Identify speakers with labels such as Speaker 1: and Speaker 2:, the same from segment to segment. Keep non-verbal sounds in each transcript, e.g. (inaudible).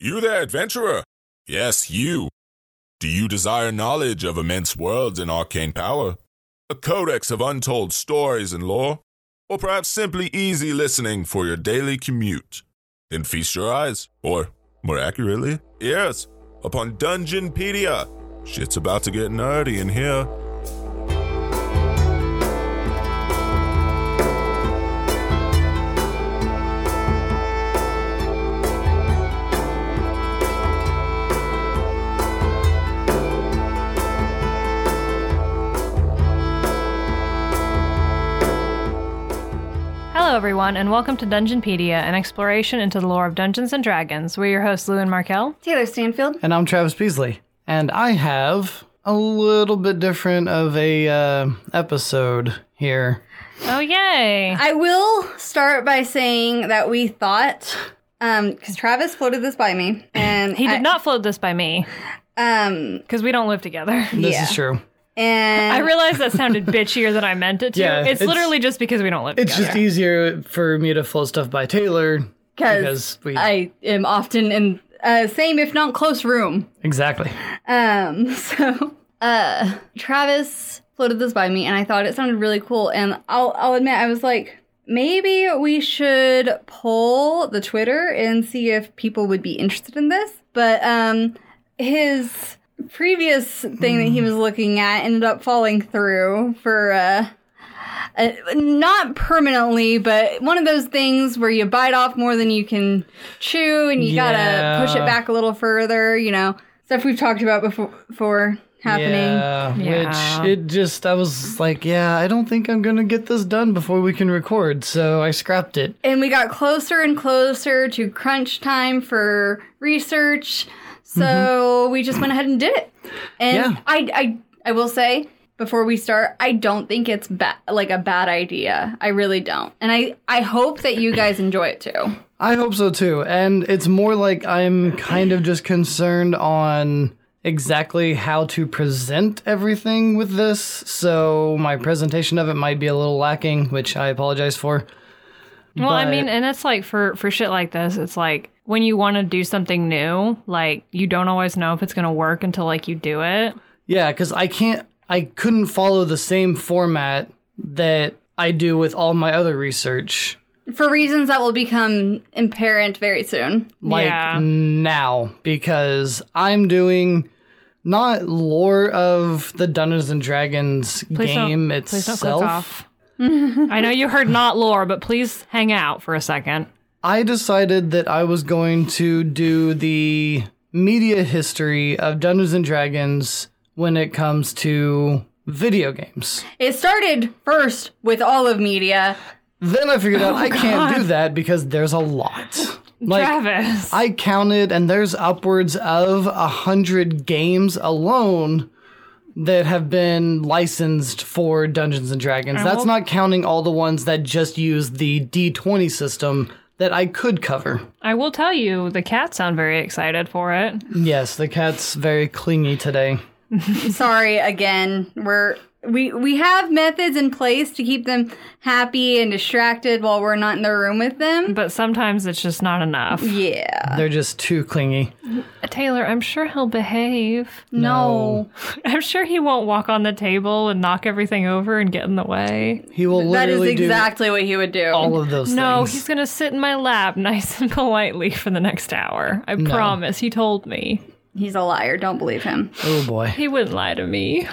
Speaker 1: You there, adventurer? Yes, you. Do you desire knowledge of immense worlds and arcane power? A codex of untold stories and lore? Or perhaps simply easy listening for your daily commute? Then feast your eyes, or more accurately, ears, upon Dungeonpedia. Shit's about to get nerdy in here.
Speaker 2: Hello, everyone, and welcome to Dungeonpedia, an exploration into the lore of Dungeons and Dragons. We're your hosts, Lou and Markel.
Speaker 3: Taylor Stanfield.
Speaker 4: And I'm Travis Peasley. And I have a little bit different of a uh, episode here.
Speaker 2: Oh, yay!
Speaker 3: I will start by saying that we thought, um, because Travis floated this
Speaker 2: (clears throat)
Speaker 3: by me, and
Speaker 2: He did
Speaker 3: I-
Speaker 2: not float this by me
Speaker 3: Um,
Speaker 2: because we don't live together.
Speaker 4: This
Speaker 3: Yeah.
Speaker 4: is true.
Speaker 3: and
Speaker 2: I realized that sounded bitchier than I meant it to.
Speaker 4: Yeah,
Speaker 2: it's,
Speaker 4: it's-
Speaker 2: literally just because we don't live
Speaker 4: It's
Speaker 2: together.
Speaker 4: just easier for me to float stuff by Taylor because we
Speaker 3: I am often in uh, same if not close room.
Speaker 4: exactly.
Speaker 3: Um, (laughs) so uh, Travis floated this by me, and I thought it sounded really cool. And I'll I'll admit, I was like. Maybe we should poll the Twitter and see if people would be interested in this. But um, his previous thing that he was looking at ended up falling through for uh, uh not permanently but one of those things where you bite off more than you can chew and you
Speaker 4: Yeah.
Speaker 3: gotta push it back a little further you know stuff we've talked about before, before happening
Speaker 4: Yeah,
Speaker 2: Yeah.
Speaker 4: which it just I was like, yeah, I don't think I'm gonna get this done before we can record, so I scrapped it.
Speaker 3: and we got closer and closer to crunch time for research. So we just went ahead and did it. And
Speaker 4: Mm-hmm. Yeah.
Speaker 3: I, I, I will say before we start, I don't think it's ba- like a bad idea. I really don't. And I, I hope that you guys enjoy it too.
Speaker 4: I hope so too. And it's more like I'm kind of just concerned on exactly how to present everything with this. So my presentation of it might be a little lacking, which I apologize for.
Speaker 2: Well, I
Speaker 4: but-
Speaker 2: mean, and it's like for for shit like this, it's like when you want to do something new, like you don't always know if it's gonna work until like you do it.
Speaker 4: Yeah, because I can't, I couldn't follow the same format that I do with all my other research.
Speaker 3: For reasons that will become apparent very soon.
Speaker 4: like
Speaker 2: Yeah.
Speaker 4: now because I'm doing not lore of the Dungeons and Dragons
Speaker 2: Please don't-
Speaker 4: game
Speaker 2: Please don't
Speaker 4: itself.
Speaker 2: click off. I know you heard not lore, but please hang out for a second.
Speaker 4: I decided that I was going to do the media history of Dungeons and Dragons when it comes to video games.
Speaker 3: It started first with all of media.
Speaker 4: Then I figured out I can't do that because there's a lot. Like
Speaker 2: Travis.
Speaker 4: I counted, and there's upwards of a hundred games alone that have been licensed for Dungeons and Dragons. That's not counting all the ones that just use the D20 system that I could cover.
Speaker 2: I will tell you, the cats sound very excited for it.
Speaker 4: Yes, the cat's very clingy today.
Speaker 3: Sorry again. We're we we have methods in place to keep them happy and distracted while we're not in the room with them.
Speaker 2: But sometimes it's just not enough.
Speaker 3: Yeah.
Speaker 4: They're just too clingy.
Speaker 2: Taylor, I'm sure he'll behave.
Speaker 3: No.
Speaker 2: I'm sure he won't walk on the table and knock everything over and get in the way.
Speaker 4: He will
Speaker 3: That is
Speaker 4: literally
Speaker 3: exactly what he would do.
Speaker 4: do all of those
Speaker 2: No,
Speaker 4: things.
Speaker 2: he's going to sit in my lap (laughs) nice and politely for the next hour. I promise. He told me.
Speaker 3: He's a liar. Don't believe him.
Speaker 4: Oh boy.
Speaker 2: He wouldn't lie to me.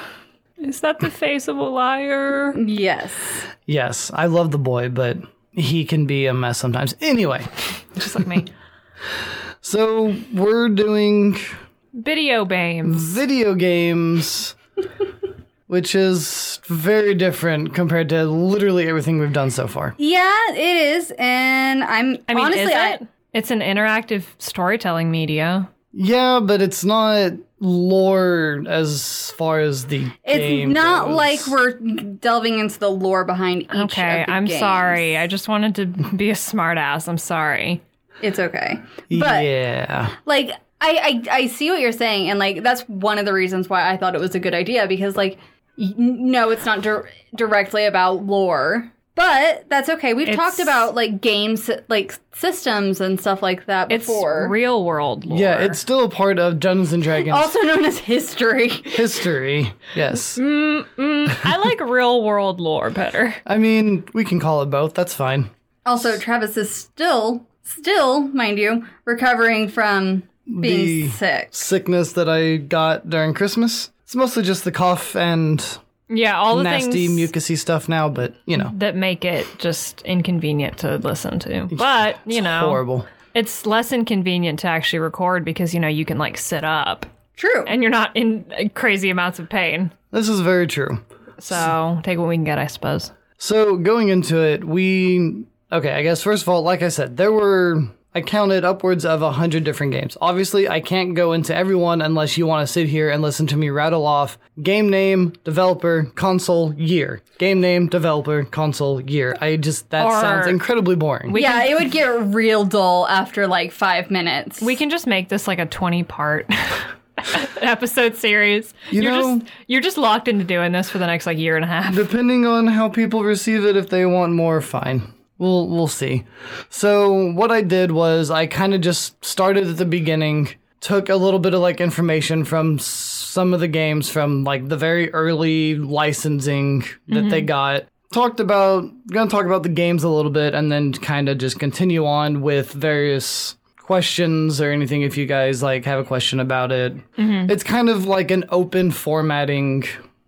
Speaker 2: Is that the face of a liar?
Speaker 3: Yes.
Speaker 4: Yes, I love the boy, but he can be a mess sometimes. Anyway,
Speaker 2: Just like me.
Speaker 4: so we're doing
Speaker 2: Video game.
Speaker 3: (laughs)
Speaker 4: video games, which is very different compared to literally everything we've done so far.
Speaker 3: Yeah, it is. And I'm
Speaker 2: I mean,
Speaker 3: honestly,
Speaker 2: is
Speaker 3: I,
Speaker 2: it? It's an interactive storytelling media.
Speaker 4: Yeah, but it's not lore as far as the
Speaker 3: it's
Speaker 4: game
Speaker 3: not
Speaker 4: goes.
Speaker 3: like we're delving into the lore behind each.
Speaker 2: Okay,
Speaker 3: of the
Speaker 2: I'm
Speaker 3: games.
Speaker 2: sorry. I just wanted to (laughs) be a smartass. I'm sorry.
Speaker 3: It's okay. But
Speaker 4: yeah,
Speaker 3: like I, I I see what you're saying, and like that's one of the reasons why I thought it was a good idea because like y- no, it's not dir- directly about lore. But that's okay. We've
Speaker 2: It's-
Speaker 3: talked about like games, like systems and stuff like that
Speaker 2: It's
Speaker 3: before.
Speaker 2: real world lore.
Speaker 4: Yeah, it's still a part of Dungeons and Dragons
Speaker 3: also known as history. (laughs)
Speaker 4: history. Yes.
Speaker 2: Mm, mm, I
Speaker 4: (laughs)
Speaker 2: like real world lore better.
Speaker 4: I mean, we can call it both. That's fine.
Speaker 3: Also, Travis is still, still, mind you, recovering from being
Speaker 4: The-
Speaker 3: sick.
Speaker 4: Sickness that I got during Christmas. It's mostly just the cough and
Speaker 2: Yeah, all the
Speaker 4: nasty
Speaker 2: things
Speaker 4: mucusy stuff now, but you know,
Speaker 2: that make it just inconvenient to listen to. But, you know,
Speaker 4: horrible.
Speaker 2: it's less inconvenient to actually record because, you know, you can like sit up
Speaker 3: True.
Speaker 2: and you're not in uh, crazy amounts of pain.
Speaker 4: This is very true.
Speaker 2: So take what we can get, I suppose.
Speaker 4: So going into it, we okay. I guess first of all, like I said, there were I counted upwards of a hundred different games. Obviously, I can't go into everyone unless you want to sit here and listen to me rattle off game name, developer, console, year. Game name, developer, console, year. I just that
Speaker 2: Or-
Speaker 4: sounds incredibly boring.
Speaker 2: We
Speaker 3: yeah, it would get real dull after like five minutes.
Speaker 2: We can just make this like a 20 part (laughs) episode series.
Speaker 4: You
Speaker 2: are
Speaker 4: know-
Speaker 2: just you're just locked into doing this for the next like year and a half.
Speaker 4: Depending on how people receive it, if they want more, fine. We'll we'll see. So what I did was I kind of just started at the beginning, took a little bit of like information from s- some of the games from like the very early licensing that they got. Talked about gonna talk about the games a little bit and then kind of just continue on with various questions or anything if you guys like have a question about it. It's kind of like an open formatting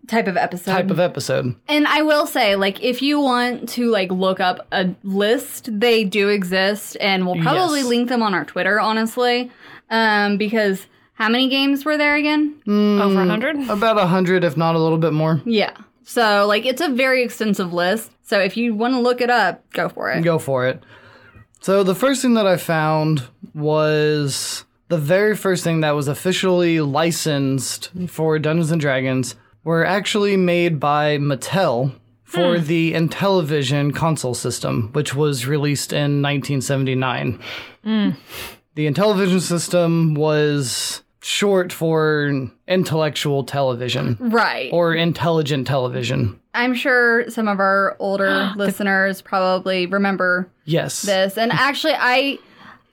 Speaker 3: type of episode.
Speaker 4: type of episode.
Speaker 3: And I will say, like, if you want to like look up a list, they do exist, and we'll probably
Speaker 4: Yes.
Speaker 3: link them on our Twitter, honestly, um, because how many games were there again?
Speaker 2: Over 100?
Speaker 4: About a hundred, if not a little bit more.
Speaker 3: Yeah. So like, it's a very extensive list. So if you want to look it up, go for it.
Speaker 4: Go for it. So the first thing that I found was the very first thing that was officially licensed for Dungeons and Dragons were actually made by Mattel for the Intellivision console system, which was released in 1979. The Intellivision system was short for intellectual
Speaker 3: Hmm.
Speaker 4: television
Speaker 3: Right.
Speaker 4: or intelligent television.
Speaker 3: I'm sure some of our
Speaker 4: (gasps)
Speaker 3: older listeners probably remember
Speaker 4: Yes.
Speaker 3: this. And actually, I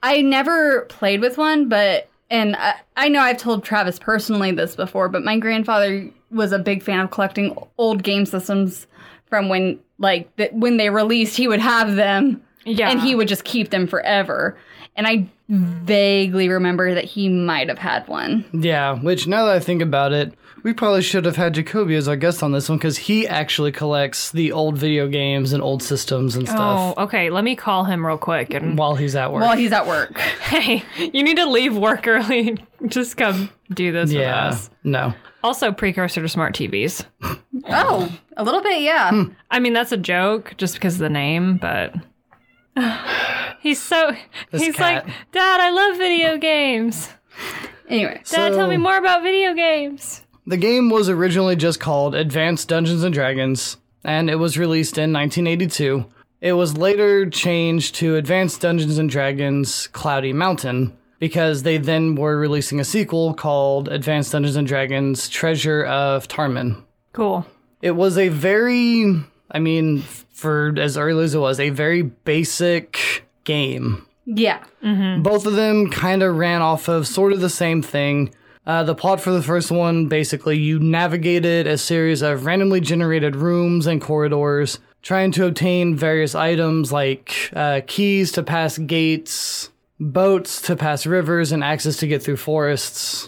Speaker 3: I never played with one, but and I, I know I've told Travis personally this before, but my grandfather was a big fan of collecting old game systems from when like th- when they released, he would have them
Speaker 2: Yeah.
Speaker 3: and he would just keep them forever. And I vaguely remember that he might have had one.
Speaker 4: Yeah, which now that I think about it, we probably should have had Jacoby as our guest on this one because he actually collects the old video games and old systems and
Speaker 2: Oh,
Speaker 4: stuff
Speaker 2: okay. Let me call him real quick
Speaker 4: (laughs)
Speaker 2: and
Speaker 4: while he's at work.
Speaker 3: While he's at work.
Speaker 2: hey, you need to leave work early. (laughs) Just come do this
Speaker 4: yeah,
Speaker 2: with us.
Speaker 4: no.
Speaker 2: Also, precursor to smart TVs.
Speaker 3: oh, a little bit, yeah.
Speaker 2: I mean, that's a joke just because of the name, but (sighs) he's
Speaker 4: (sighs)
Speaker 2: so he's
Speaker 4: cat.
Speaker 2: like, Dad, I love video games.
Speaker 3: Anyway,
Speaker 2: Dad, tell me
Speaker 4: So-
Speaker 2: more about video games.
Speaker 4: The game was originally just called Advanced Dungeons and Dragons, and it was released in 1982. It was later changed to Advanced Dungeons and Dragons Cloudy Mountain because they then were releasing a sequel called Advanced Dungeons and Dragons Treasure of Tarman.
Speaker 2: Cool.
Speaker 4: it was a very i mean f- for as early as it was a very basic game
Speaker 3: yeah.
Speaker 4: both of them kind of ran off of sort of the same thing uh, the plot for the first one basically you navigated a series of randomly generated rooms and corridors trying to obtain various items like uh, keys to pass gates boats to pass rivers and access to get through forests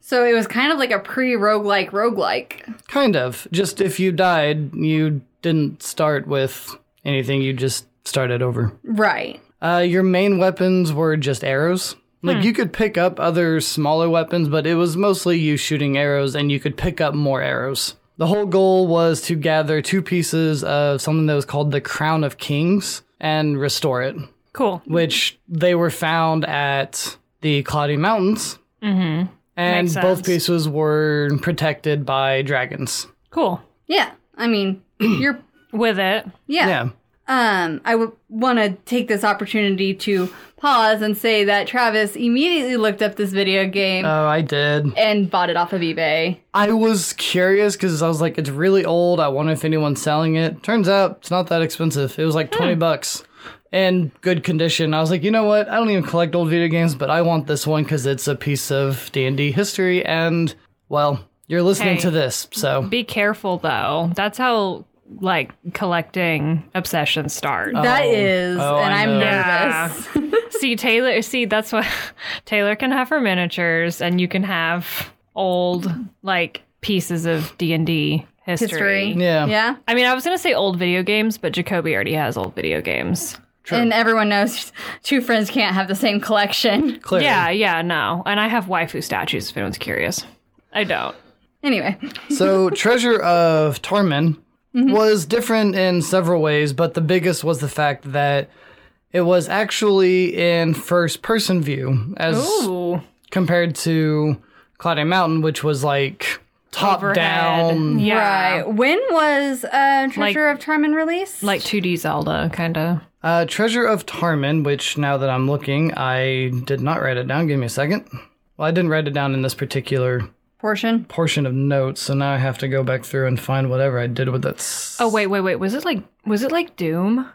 Speaker 3: So it was kind of like a pre roguelike roguelike.
Speaker 4: Kind of. Just if you died, you didn't start with anything, you just started over.
Speaker 3: Right.
Speaker 4: Uh, your main weapons were just arrows. Like you could pick up other smaller weapons, but it was mostly you shooting arrows and you could pick up more arrows. The whole goal was to gather two pieces of something that was called the Crown of Kings and restore it,
Speaker 2: Cool.
Speaker 4: which they were found at the Cloudy Mountains. Mm-hmm. And
Speaker 2: Makes
Speaker 4: both
Speaker 2: sense.
Speaker 4: pieces were protected by dragons.
Speaker 2: Cool.
Speaker 3: Yeah. I mean, (clears throat) you're
Speaker 2: With it.
Speaker 3: yeah.
Speaker 4: Yeah.
Speaker 3: Um, I would want to take this opportunity to pause and say that Travis immediately looked up this video game
Speaker 4: Oh, I did.
Speaker 3: and bought it off of eBay.
Speaker 4: I was curious because I was like, it's really old. I wonder if anyone's selling it. Turns out it's not that expensive. It was like 20 bucks and good condition. I was like, you know what? I don't even collect old video games, but I want this one because it's a piece of D&D history. And, well, you're listening
Speaker 2: Hey.
Speaker 4: to this. So,
Speaker 2: Be careful though. That's how like collecting obsessions start.
Speaker 3: that is,
Speaker 4: Oh,
Speaker 3: and
Speaker 4: I
Speaker 3: I'm
Speaker 4: know.
Speaker 2: Yeah.
Speaker 3: nervous.
Speaker 2: see Taylor, see that's what (laughs) Taylor can have her miniatures and you can have old like pieces of D&D history.
Speaker 3: History.
Speaker 4: Yeah.
Speaker 3: Yeah.
Speaker 2: I mean, I was going to say old video games, but Jacoby already has old video games.
Speaker 3: And everyone knows (laughs) two friends can't have the same collection. (laughs)
Speaker 4: clearly.
Speaker 2: Yeah, yeah, no. And I have waifu statues if anyone's curious. I don't.
Speaker 3: Anyway,
Speaker 4: So, Treasure of Tormin was different in several ways, but the biggest was the fact that it was actually in first person view as
Speaker 2: Ooh.
Speaker 4: compared to Cloudy Mountain, which was like top
Speaker 2: Overhead.
Speaker 4: down.
Speaker 2: Yeah.
Speaker 3: right. When was uh, Treasure of Tarman released?
Speaker 2: Like 2D Zelda, kind of.
Speaker 4: Uh, Treasure of Tarmin, which now that I'm looking, I did not write it down. Give me a second. Well, I didn't write it down in this particular
Speaker 3: portion.
Speaker 4: portion of notes, so now I have to go back through and find whatever I did with that. s-
Speaker 2: Oh, wait, wait, wait. Was it like, was it like Doom?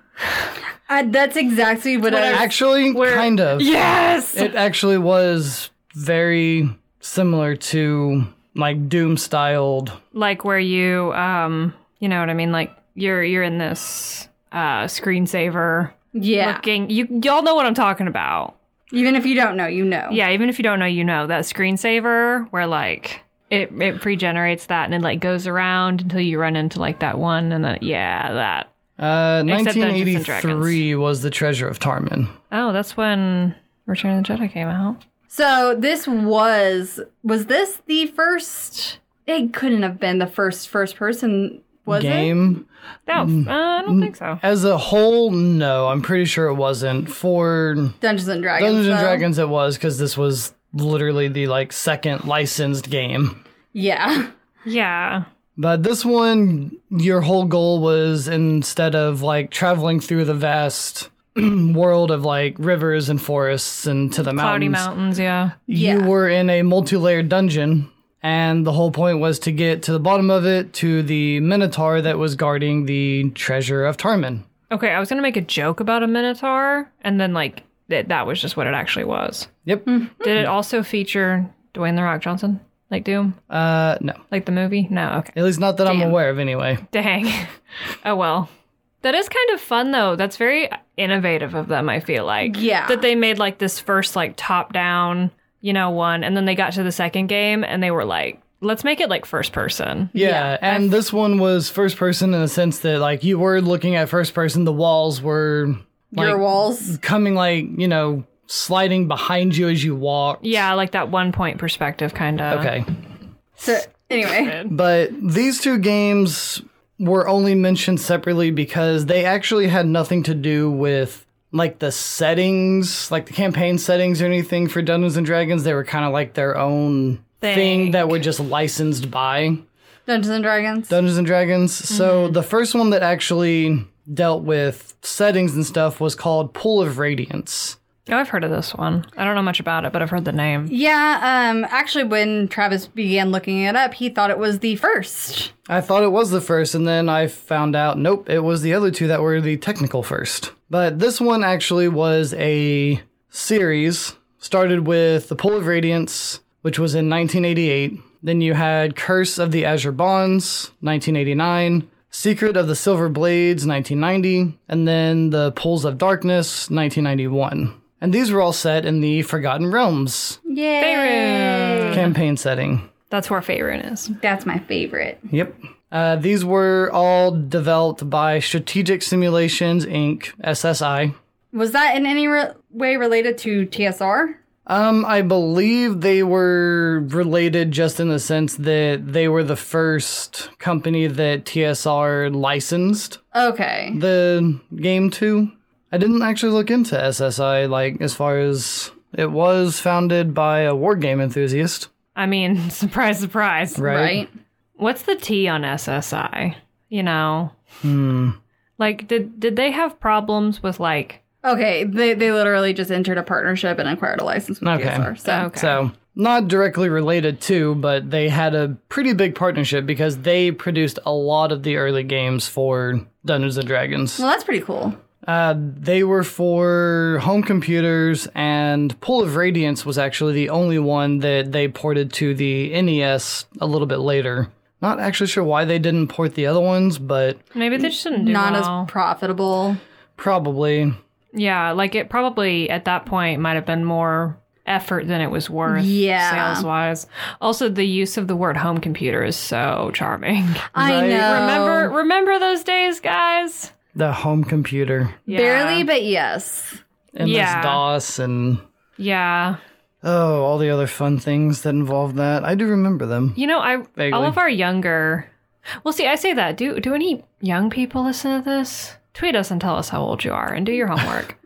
Speaker 3: I, that's exactly what I.
Speaker 4: Actually, kind of.
Speaker 2: Yes!
Speaker 4: It actually was very similar to like Doom styled.
Speaker 2: like where you, um, you know what I mean? Like you're, you're in this, uh, screensaver
Speaker 3: Yeah.
Speaker 2: looking, you, y'all know what I'm talking about.
Speaker 3: Even if you don't know, you know.
Speaker 2: Yeah, even if you don't know, you know that screensaver where like it it pre-generates that and it like goes around until you run into like that one and then yeah that.
Speaker 4: Uh,
Speaker 2: Except Dungeons and
Speaker 4: 1983 was the Treasure of Tarmin.
Speaker 2: Oh, that's when Return of the Jedi came out.
Speaker 3: So this was was this the first? It couldn't have been the first first person, was it?
Speaker 4: game.
Speaker 2: No, uh, I don't think so.
Speaker 4: As a whole, no, I'm pretty sure it wasn't. For
Speaker 3: Dungeons and Dragons.
Speaker 4: Dungeons and
Speaker 3: though.
Speaker 4: Dragons, it was because this was literally the like second licensed game.
Speaker 3: Yeah. (laughs)
Speaker 2: Yeah,
Speaker 4: But this one, your whole goal was instead of like traveling through the vast (clears throat) world of like rivers and forests and to the
Speaker 2: Cloudy
Speaker 4: mountains,
Speaker 2: Mountains. Yeah,
Speaker 4: you
Speaker 3: Yeah.
Speaker 4: were in a multi-layered dungeon. And the whole point was to get to the bottom of it to the Minotaur that was guarding the treasure of Tarmin.
Speaker 2: okay. I was gonna make a joke about a Minotaur, and then like that that was just what it actually was.
Speaker 4: Yep.
Speaker 2: Did it also feature Dwayne the Rock Johnson, like Doom,
Speaker 4: Uh, no.
Speaker 2: like the movie? No, okay. (laughs)
Speaker 4: At least not that I'm aware of anyway.
Speaker 2: Dang. Oh well. That is kind of fun though. That's very innovative of them, I feel like.
Speaker 3: Yeah.
Speaker 2: That they made like this first like top down, you know, one and then they got to the second game and they were like, let's make it like first person.
Speaker 4: Yeah, and this one was first person in the sense that like you were looking at first person, the walls were like
Speaker 3: Your
Speaker 4: (laughs)
Speaker 3: walls.
Speaker 4: coming like, you know, sliding behind you as you walk.
Speaker 2: Yeah, like that one point perspective kind of.
Speaker 4: Okay.
Speaker 3: So anyway,
Speaker 4: But these two games were only mentioned separately because they actually had nothing to do with like the settings, like the campaign settings or anything for Dungeons and Dragons. They were kind of like their own thing
Speaker 2: Thing.
Speaker 4: that were just licensed by.
Speaker 3: Dungeons and Dragons.
Speaker 4: Dungeons and Dragons. So the first one that actually dealt with settings and stuff was called Pool of Radiance.
Speaker 2: Oh, I've heard of this one. I don't know much about it, but I've heard the name.
Speaker 3: yeah. Um. Actually, when Travis began looking it up, he thought it was the first.
Speaker 4: I thought it was the first, and then I found out nope, it was the other two that were the technical first. But this one actually was a series. Started with the Pool of Radiance, which was in 1988. Then you had Curse of the Azure Bonds, 1989. Secret of the Silver Blades, 1990, and then The Pools of Darkness, 1991. And these were all set in the Forgotten Realms
Speaker 3: Yay!
Speaker 4: campaign setting.
Speaker 2: That's where Faerun is.
Speaker 3: That's my favorite.
Speaker 4: Yep. Uh, these were all developed by Strategic Simulations Inc. (SSI).
Speaker 3: Was that in any re- way related to TSR?
Speaker 4: Um, I believe they were related just in the sense that they were the first company that TSR licensed
Speaker 3: Okay.
Speaker 4: the game to. I didn't actually look into SSI like as far as it was founded by a war game enthusiast,
Speaker 2: I mean, (laughs) surprise, surprise.
Speaker 4: right?
Speaker 3: Right. Hmm.
Speaker 2: What's the T on SSI? You know? Like, did did they have problems with like?
Speaker 3: Okay, they, they literally just entered a partnership and acquired a license with
Speaker 4: Okay.
Speaker 3: DSR. So
Speaker 2: Okay.
Speaker 4: So, not directly related to, but they had a pretty big partnership because they produced a lot of the early games for Dungeons and Dragons.
Speaker 3: well, that's pretty cool.
Speaker 4: Uh, they were for home computers, and Pool of Radiance was actually the only one that they ported to the NES a little bit later. Not actually sure why they didn't port the other ones, but
Speaker 2: Maybe they just didn't do
Speaker 3: Not
Speaker 2: well.
Speaker 3: as profitable.
Speaker 4: probably.
Speaker 2: yeah, like it probably at that point might have been more effort than it was worth.
Speaker 3: Yeah.
Speaker 2: sales wise. Also, the use of the word home computer is so
Speaker 3: (laughs)
Speaker 2: charming.
Speaker 3: I
Speaker 4: Right.
Speaker 3: know.
Speaker 2: Remember,
Speaker 3: Um,
Speaker 2: remember those days, guys.
Speaker 4: The home computer
Speaker 2: Yeah.
Speaker 3: barely, but yes.
Speaker 4: and
Speaker 2: Yeah.
Speaker 4: this DOS and
Speaker 2: Yeah.
Speaker 4: oh, all the other fun things that involved that. I do remember them.
Speaker 2: You know, I
Speaker 4: Vaguely.
Speaker 2: all of our younger. Well, see, I say that. Do do any young people listen to this? Tweet us and tell us how old you are, and do your homework.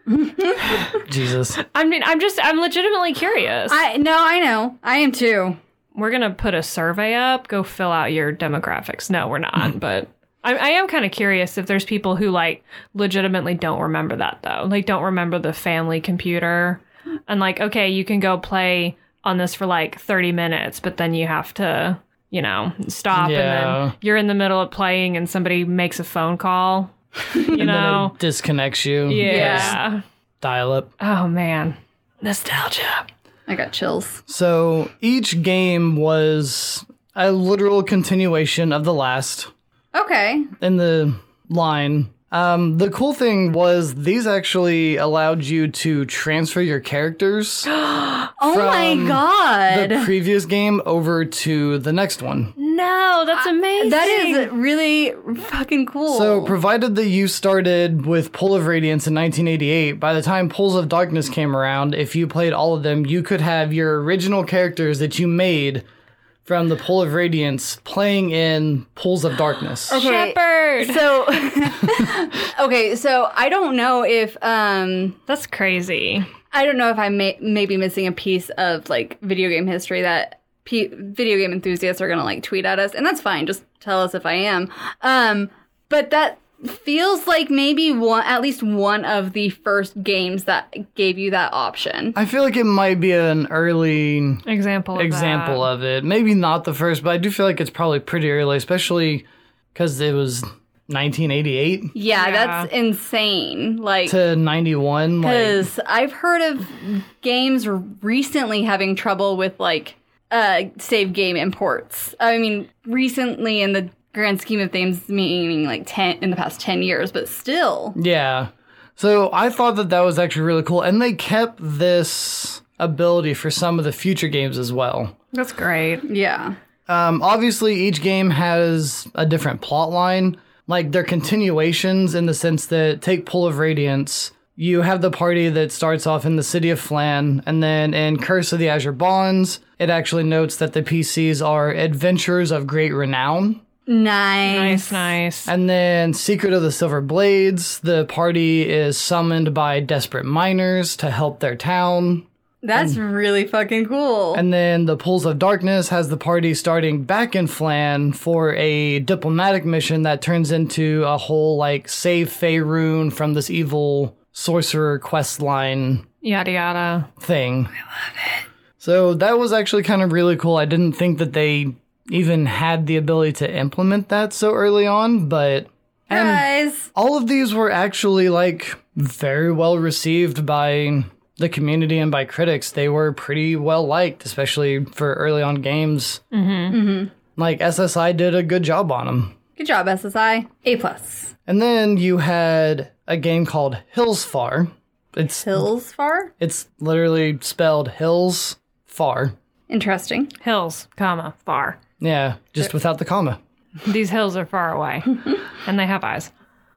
Speaker 4: Jesus.
Speaker 2: I mean, I'm just, I'm legitimately curious.
Speaker 3: I no, I know. I am too.
Speaker 2: we're gonna put a survey up. Go fill out your demographics. No, we're not, but. I, I am kind of curious if there's people who like legitimately don't remember that though. Like don't remember the family computer and like okay, you can go play on this for like 30 minutes, but then you have to, you know, stop
Speaker 4: Yeah.
Speaker 2: and then you're in the middle of playing and somebody makes a phone call. You
Speaker 4: And then
Speaker 2: know.
Speaker 4: it disconnects you.
Speaker 2: Yeah.
Speaker 4: Dial up.
Speaker 2: Oh man. Nostalgia.
Speaker 3: I got chills.
Speaker 4: So each game was a literal continuation of the last.
Speaker 3: Okay.
Speaker 4: in the line. Um, the cool thing was these actually allowed you to transfer your characters
Speaker 3: Oh my
Speaker 2: (gasps)
Speaker 3: god.
Speaker 4: the previous game over to the next one.
Speaker 2: No, that's amazing.
Speaker 3: that is really fucking cool.
Speaker 4: So, provided that you started with Pool of Radiance in 1988, by the time Pools of Darkness came around, if you played all of them, you could have your original characters that you made from the Pool of Radiance playing in Pools of Darkness.
Speaker 2: Shepherd.
Speaker 3: So (laughs) Okay, so I don't know if um
Speaker 2: That's crazy.
Speaker 3: I don't know if I may, may be missing a piece of like video game history that pe video game enthusiasts are going to like tweet at us and that's fine, just tell us if I am. Um but that feels like maybe one at least one of the first games that gave you that option.
Speaker 4: I feel like it might be an early
Speaker 2: Example. Of
Speaker 4: example
Speaker 2: that.
Speaker 4: of it. Maybe not the first, but I do feel like it's probably pretty early, especially because it was 1988
Speaker 3: Yeah,
Speaker 2: Yeah.
Speaker 3: that's insane. Like
Speaker 4: to 91. Like,
Speaker 3: Because I've heard of games recently having trouble with like uh, save game imports. I mean, recently in the grand scheme of things, meaning like ten in the past ten years, but still.
Speaker 4: yeah. So I thought that that was actually really cool, and they kept this ability for some of the future games as well.
Speaker 2: That's great.
Speaker 3: Yeah.
Speaker 4: Um, obviously, each game has a different plot line. Like they're continuations in the sense that take Pool of Radiance. You have the party that starts off in the city of Flan, and then in Curse of the Azure Bonds, it actually notes that the PCs are adventurers of great renown.
Speaker 3: Nice.
Speaker 2: Nice, nice.
Speaker 4: And then Secret of the Silver Blades, the party is summoned by desperate miners to help their town.
Speaker 3: That's really fucking cool.
Speaker 4: And then the Pools of Darkness has the party starting back in Flan for a diplomatic mission that turns into a whole like save Faerun from this evil sorcerer quest line
Speaker 2: Yada yada.
Speaker 4: thing. I love it. So that was actually kind of really cool. I didn't think that they even had the ability to implement that so early on, but
Speaker 3: Guys,
Speaker 4: all of these were actually like very well received by the community and by critics. They were pretty well liked, especially for early on games. Mm-hmm. Like SSI did a good job on them.
Speaker 3: good job, SSI. A plus.
Speaker 4: And then you had a game called Hillsfar. It's
Speaker 3: Hills far.
Speaker 4: it's literally spelled Hills Far.
Speaker 3: Interesting.
Speaker 2: Hills, comma, far.
Speaker 4: Yeah, just without the comma.
Speaker 2: These hills are far
Speaker 3: (laughs)
Speaker 2: away. and they have eyes.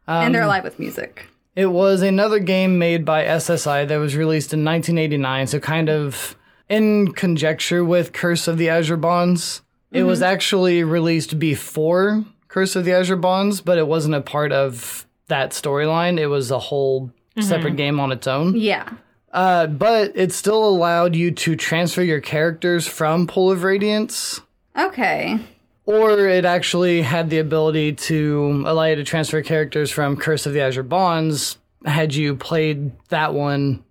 Speaker 3: and they're alive with music.
Speaker 4: It was another game made by SSI that was released in 1989, so kind of in conjecture with Curse of the Azure Bonds. It was actually released before Curse of the Azure Bonds, but it wasn't a part of that storyline. It was a whole separate game on its own.
Speaker 3: Yeah.
Speaker 4: Uh, but it still allowed you to transfer your characters from Pool of Radiance
Speaker 3: Okay.
Speaker 4: or it actually had the ability to allow you to transfer characters from Curse of the Azure Bonds had you played that one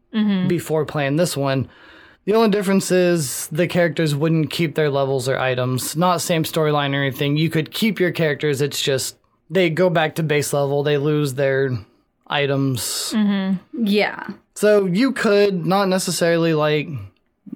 Speaker 4: before playing this one. The only difference is the characters wouldn't keep their levels or items. Not same storyline or anything. You could keep your characters. It's just they go back to base level. They lose their items.
Speaker 3: Yeah.
Speaker 4: So you could not necessarily like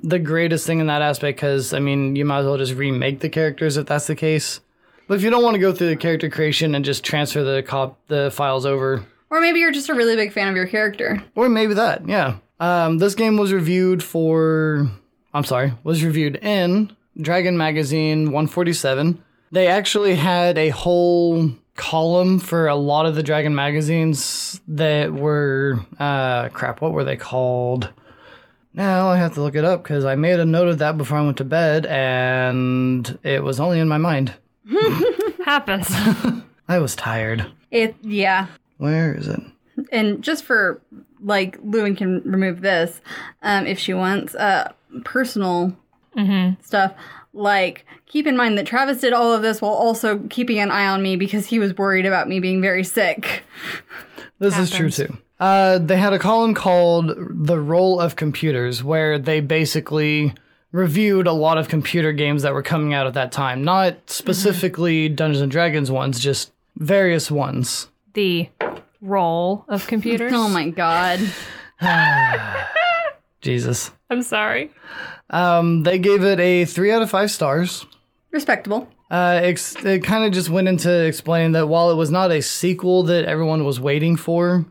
Speaker 4: the greatest thing in that aspect because I mean you might as well just remake the characters if that's the case. But if you don't want to go through the character creation and just transfer the cop the files over,
Speaker 3: Or maybe you're just a really big fan of your character.
Speaker 4: or maybe that, yeah. Um, this game was reviewed for, I'm sorry, was reviewed in Dragon Magazine 147. They actually had a whole column for a lot of the Dragon magazines that were, uh, crap, what were they called? Now I have to look it up because I made a note of that before I went to bed and it was only in my mind.
Speaker 3: (laughs)
Speaker 2: Happens.
Speaker 4: I was tired.
Speaker 3: It yeah.
Speaker 4: Where is it?
Speaker 3: And just for like Lewin can remove this um, if she wants. Uh, personal
Speaker 2: Mm-hmm.
Speaker 3: stuff. Like keep in mind that Travis did all of this while also keeping an eye on me because he was worried about me being very sick.
Speaker 4: This is true too. Uh, they had a column called "The Role of Computers," where they basically reviewed a lot of computer games that were coming out at that time. Not specifically Dungeons and Dragons ones, just various ones.
Speaker 2: the role of computers.
Speaker 3: Oh my god.
Speaker 4: Jesus.
Speaker 2: I'm
Speaker 3: (laughs)
Speaker 2: sorry.
Speaker 4: Um, they gave it a three out of five stars.
Speaker 3: Respectable.
Speaker 4: Uh, ex- it kind of just went into explaining that while it was not a sequel that everyone was waiting for,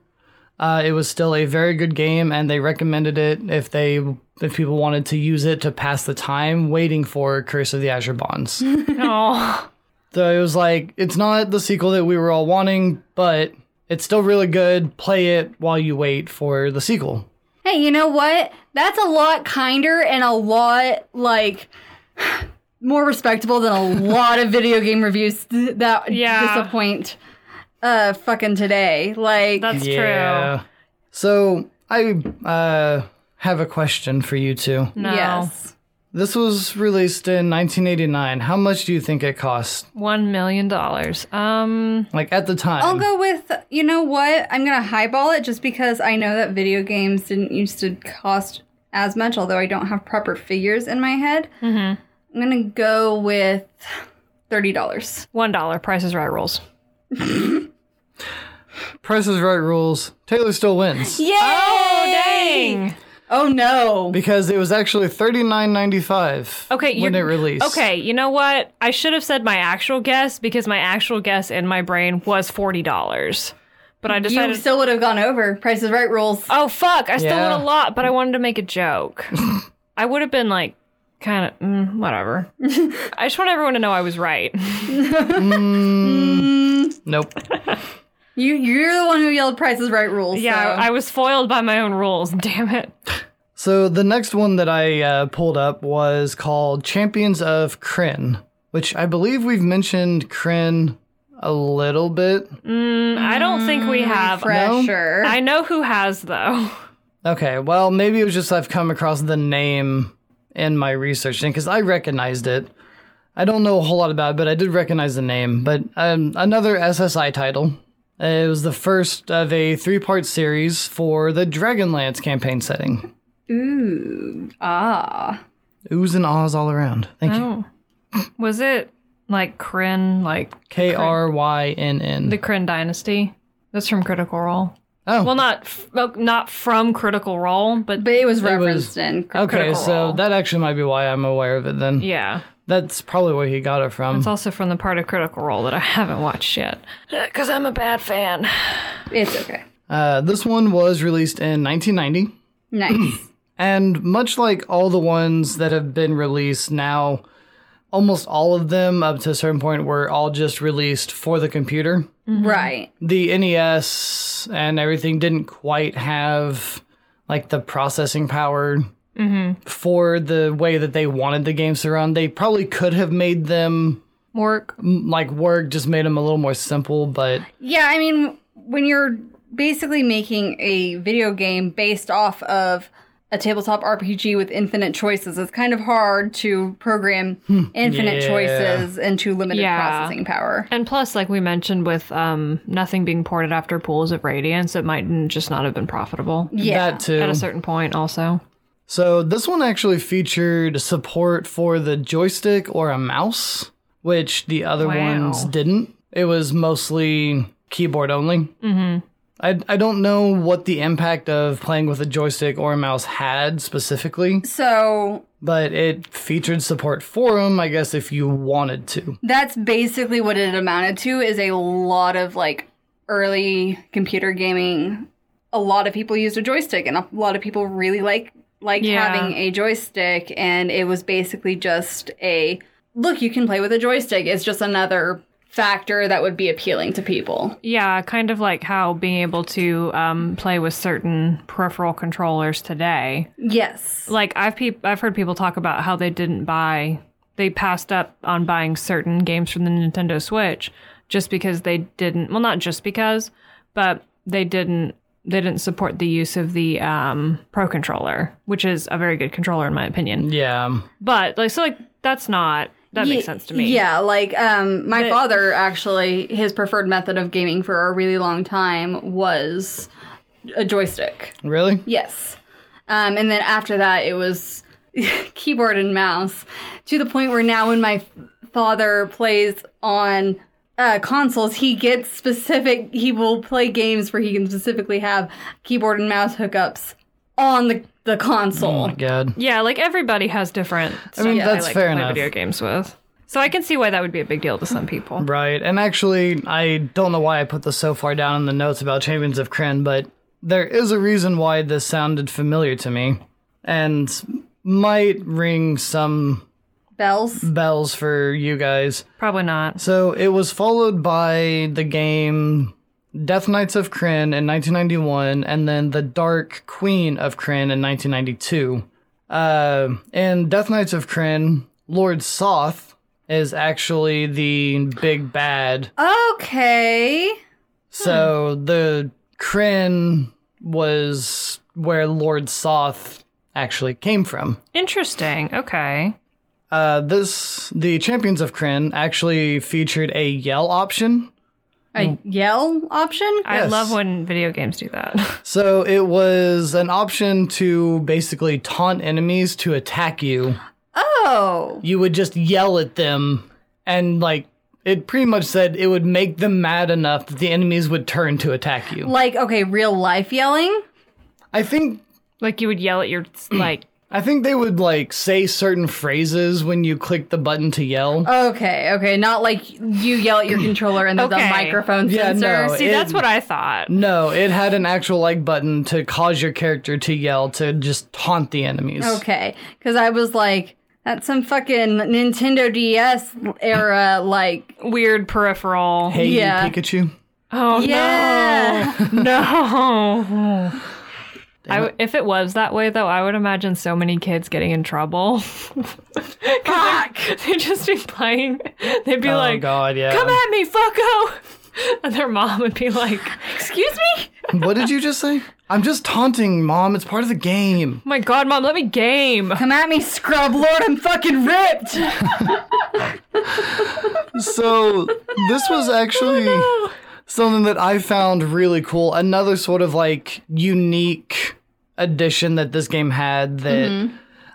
Speaker 4: uh, it was still a very good game, and they recommended it if they if people wanted to use it to pass the time waiting for Curse of the Azure
Speaker 2: (laughs)
Speaker 4: Bonds.
Speaker 2: Oh,
Speaker 4: so it was like it's not the sequel that we were all wanting, but it's still really good. Play it while you wait for the sequel.
Speaker 3: Hey, you know what? That's a lot kinder and a lot like (sighs) more respectable than a lot of video game reviews th- that
Speaker 2: Yeah.
Speaker 3: disappoint uh fucking today. Like
Speaker 2: that's true.
Speaker 4: So I uh, have a question for you two.
Speaker 2: No.
Speaker 3: yes.
Speaker 4: This was released in 1989. How much do you think it cost?
Speaker 2: One million dollars. Um,
Speaker 4: Like at the time,
Speaker 3: I'll go with you know what? I'm going to highball it just because I know that video games didn't used to cost as much although I don't have proper figures in my head. Mhm. I'm going to go with $30.
Speaker 2: one dollar. Price is right rules.
Speaker 4: Price is Right rules. Taylor still
Speaker 2: (laughs)
Speaker 4: wins
Speaker 3: Yay!
Speaker 2: Oh dang.
Speaker 3: Oh no.
Speaker 4: because it was actually 39.95
Speaker 2: Okay,
Speaker 4: when it
Speaker 2: you're-
Speaker 4: released.
Speaker 2: Okay, you know what? I should have said my actual guess because my actual guess in my brain was forty dollars, but I
Speaker 3: You
Speaker 2: decided.
Speaker 3: still would have gone over. Price is right rules.
Speaker 2: oh fuck! I still
Speaker 4: Yeah.
Speaker 2: won a lot, but I wanted to make a joke. (laughs) I would have been like, kind of mm, whatever. I just want everyone to know I was right.
Speaker 4: Nope.
Speaker 3: You you're the one who yelled "Price is Right" rules.
Speaker 2: Yeah, I was foiled by my own rules. (laughs) Damn it.
Speaker 4: So the next one that I uh, pulled up was called Champions of Kryn, which I believe we've mentioned Kryn a little bit.
Speaker 2: I don't think we have.
Speaker 3: pressure.
Speaker 2: (laughs) I know who has though.
Speaker 4: Okay, well, maybe it was just I've come across the name in my research thing because I recognized it. I don't know a whole lot about it, but I did recognize the name. But um, another SSI title. Uh, It was the first of a three part series for the Dragonlance campaign setting.
Speaker 3: Ooh, ah,
Speaker 4: Oohs and ahs all around. Thank you.
Speaker 2: Oh. Was it like Kryn, like
Speaker 4: K R Y N
Speaker 2: the
Speaker 4: N.
Speaker 2: Kryn dynasty? That's from Critical Role.
Speaker 4: Oh,
Speaker 2: Well, not f- well, not from Critical Role, but,
Speaker 3: but it was referenced in.
Speaker 4: okay,
Speaker 2: Critical
Speaker 4: so
Speaker 2: Role.
Speaker 4: that actually might be why I'm aware of it then.
Speaker 2: yeah,
Speaker 4: That's probably where he got it from.
Speaker 2: it's also from the part of Critical Role that I haven't watched yet because I'm a bad fan.
Speaker 3: It's okay.
Speaker 4: Uh, this one was released in 1990.
Speaker 3: Nice.
Speaker 4: And much like all the ones that have been released now, almost all of them up to a certain point were all just released for the computer.
Speaker 3: right.
Speaker 4: The NES and everything didn't quite have like the processing power
Speaker 2: Mm-hmm.
Speaker 4: for the way that they wanted the games to run. They probably could have made them
Speaker 2: Work.
Speaker 4: mm, like work, just made them a little more simple, but
Speaker 3: Yeah, I mean, when you're basically making a video game based off of a tabletop RPG with infinite choices. It's kind of hard to program infinite
Speaker 4: Yeah.
Speaker 3: choices into limited
Speaker 2: Yeah.
Speaker 3: processing power.
Speaker 2: And plus, like we mentioned, with um, nothing being ported after Pools of Radiance, it might n- just not have been profitable
Speaker 3: Yeah.
Speaker 4: That too.
Speaker 2: at a certain point. Also,
Speaker 4: So this one actually featured support for the joystick or a mouse, which the other
Speaker 2: Wow.
Speaker 4: ones didn't. It was mostly keyboard only. Mm-hmm. I I don't know what the impact of playing with a joystick or a mouse had specifically,
Speaker 3: So
Speaker 4: but it featured support for them. I guess if you wanted to.
Speaker 3: that's basically what it amounted to is a lot of like early computer gaming a lot of people used a joystick and a lot of people really like like
Speaker 2: Yeah.
Speaker 3: having a joystick and it was basically just a look you can play with a joystick it's just another factor that would be appealing to people
Speaker 2: yeah, kind of like how being able to um, play with certain peripheral controllers today
Speaker 3: yes
Speaker 2: like I've peop I've heard people talk about how they didn't buy they passed up on buying certain games from the Nintendo Switch just because they didn't well not just because but they didn't they didn't support the use of the um, Pro controller which is a very good controller in my opinion
Speaker 4: Yeah.
Speaker 2: but like so like that's not that
Speaker 3: Ye-
Speaker 2: makes sense to me
Speaker 3: Yeah, like um, my
Speaker 2: But-
Speaker 3: father actually, his preferred method of gaming for a really long time was a joystick.
Speaker 4: Really?
Speaker 3: Yes. Um, and then after that, it was (laughs) keyboard and mouse to the point where now when my f- father plays on uh, consoles, he gets specific, he will play games where he can specifically have keyboard and mouse hookups on the, the console.
Speaker 4: Oh my god.
Speaker 2: yeah like everybody has different I
Speaker 4: mean, that's
Speaker 2: they like
Speaker 4: fair
Speaker 2: to play
Speaker 4: enough.
Speaker 2: video games with so I can see why that would be a big deal to some people
Speaker 4: Right. And actually, I don't know why I put this so far down in the notes about Champions of Kryn, but there is a reason why this sounded familiar to me and might ring some
Speaker 3: Bells.
Speaker 4: bells for you guys.
Speaker 2: probably not
Speaker 4: So it was followed by the game Death Knights of Kryn in 1991 and then The Dark Queen of Kryn in 1992. Uh, in Death Knights of Kryn, Lord Soth is actually the big bad
Speaker 3: Okay.
Speaker 4: so the Kryn was where Lord Soth actually came from.
Speaker 2: interesting okay
Speaker 4: Uh, this the Champions of Kryn actually featured a yell option.
Speaker 3: A yell option?
Speaker 2: I
Speaker 4: Yes.
Speaker 2: love when video games do that. (laughs)
Speaker 4: So it was an option to basically taunt enemies to attack you.
Speaker 3: Oh.
Speaker 4: You would just yell at them and like it pretty much said it would make them mad enough that the enemies would turn to attack you.
Speaker 3: Like, okay, real life yelling?
Speaker 4: I think
Speaker 2: like you would yell at your
Speaker 4: (clears throat)
Speaker 2: like
Speaker 4: I think they would like say certain phrases when you click the button to yell.
Speaker 3: Okay, okay. Not like you yell at your controller and then the
Speaker 2: Okay.
Speaker 3: microphone
Speaker 4: Yeah,
Speaker 3: sensor.
Speaker 4: no,
Speaker 2: see that's
Speaker 4: it-
Speaker 2: what I thought.
Speaker 4: No, it had an actual like button to cause your character to yell to just taunt the enemies.
Speaker 3: Okay, because I was like, that's some fucking Nintendo DS era, like,
Speaker 2: Weird peripheral.
Speaker 4: Hey, you
Speaker 3: Yeah.
Speaker 4: Pikachu.
Speaker 2: oh
Speaker 3: yeah.
Speaker 2: no. no. I w if it was that way though, I would imagine so many kids getting in trouble. (laughs) 'Cause they- They'd just be playing. They'd be
Speaker 4: oh
Speaker 2: like,
Speaker 4: god, yeah.
Speaker 2: "Come at me, fucko!" And their mom would be like,
Speaker 3: Excuse me?
Speaker 4: What did you just say? I'm just taunting, mom. It's part of the game.
Speaker 2: oh "My God, mom, let me game."
Speaker 3: Come at me, scrub lord, I'm fucking ripped.
Speaker 4: So this was actually something that I found really cool. Another sort of like unique addition that this game had that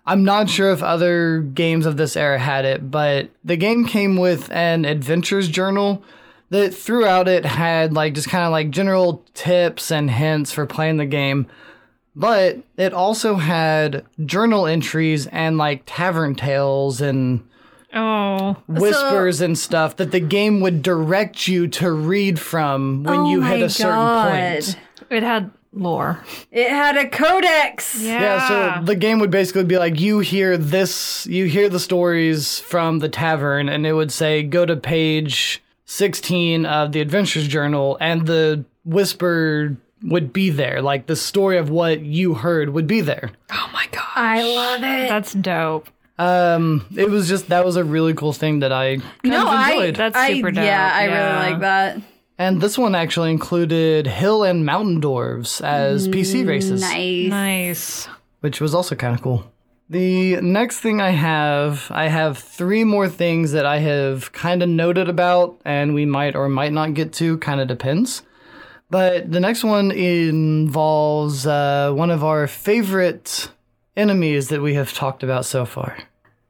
Speaker 4: I'm not sure if other games of this era had it, but the game came with an adventures journal that throughout it had like just kind of like general tips and hints for playing the game. But it also had journal entries and like tavern tales and
Speaker 2: Oh,
Speaker 4: whispers and stuff that the game would direct you to read from when
Speaker 3: Oh
Speaker 4: you
Speaker 3: my
Speaker 4: hit a certain
Speaker 3: God.
Speaker 4: point.
Speaker 2: it had lore.
Speaker 3: It had a codex.
Speaker 2: Yeah.
Speaker 4: Yeah, so the game would basically be like you hear this, you hear the stories from the tavern, and it would say go to page 16 of the Adventures Journal, and the whisper would be there. Like the story of what you heard would be there.
Speaker 2: oh my God.
Speaker 3: I love it.
Speaker 2: That's dope.
Speaker 4: Um, it was just that was a really cool thing that I
Speaker 3: no, I,
Speaker 4: enjoyed.
Speaker 2: That's
Speaker 3: I-
Speaker 2: super dope,
Speaker 3: Yeah, I
Speaker 2: yeah.
Speaker 3: really like that.
Speaker 4: And this one actually included hill and mountain dwarves as PC races.
Speaker 3: Nice.
Speaker 2: Nice.
Speaker 4: which was also kind of cool. The next thing I have, I have three more things that I have kind of noted about, and we might or might not get to, kind of depends. But the next one involves uh, one of our favorite enemies that we have talked about so far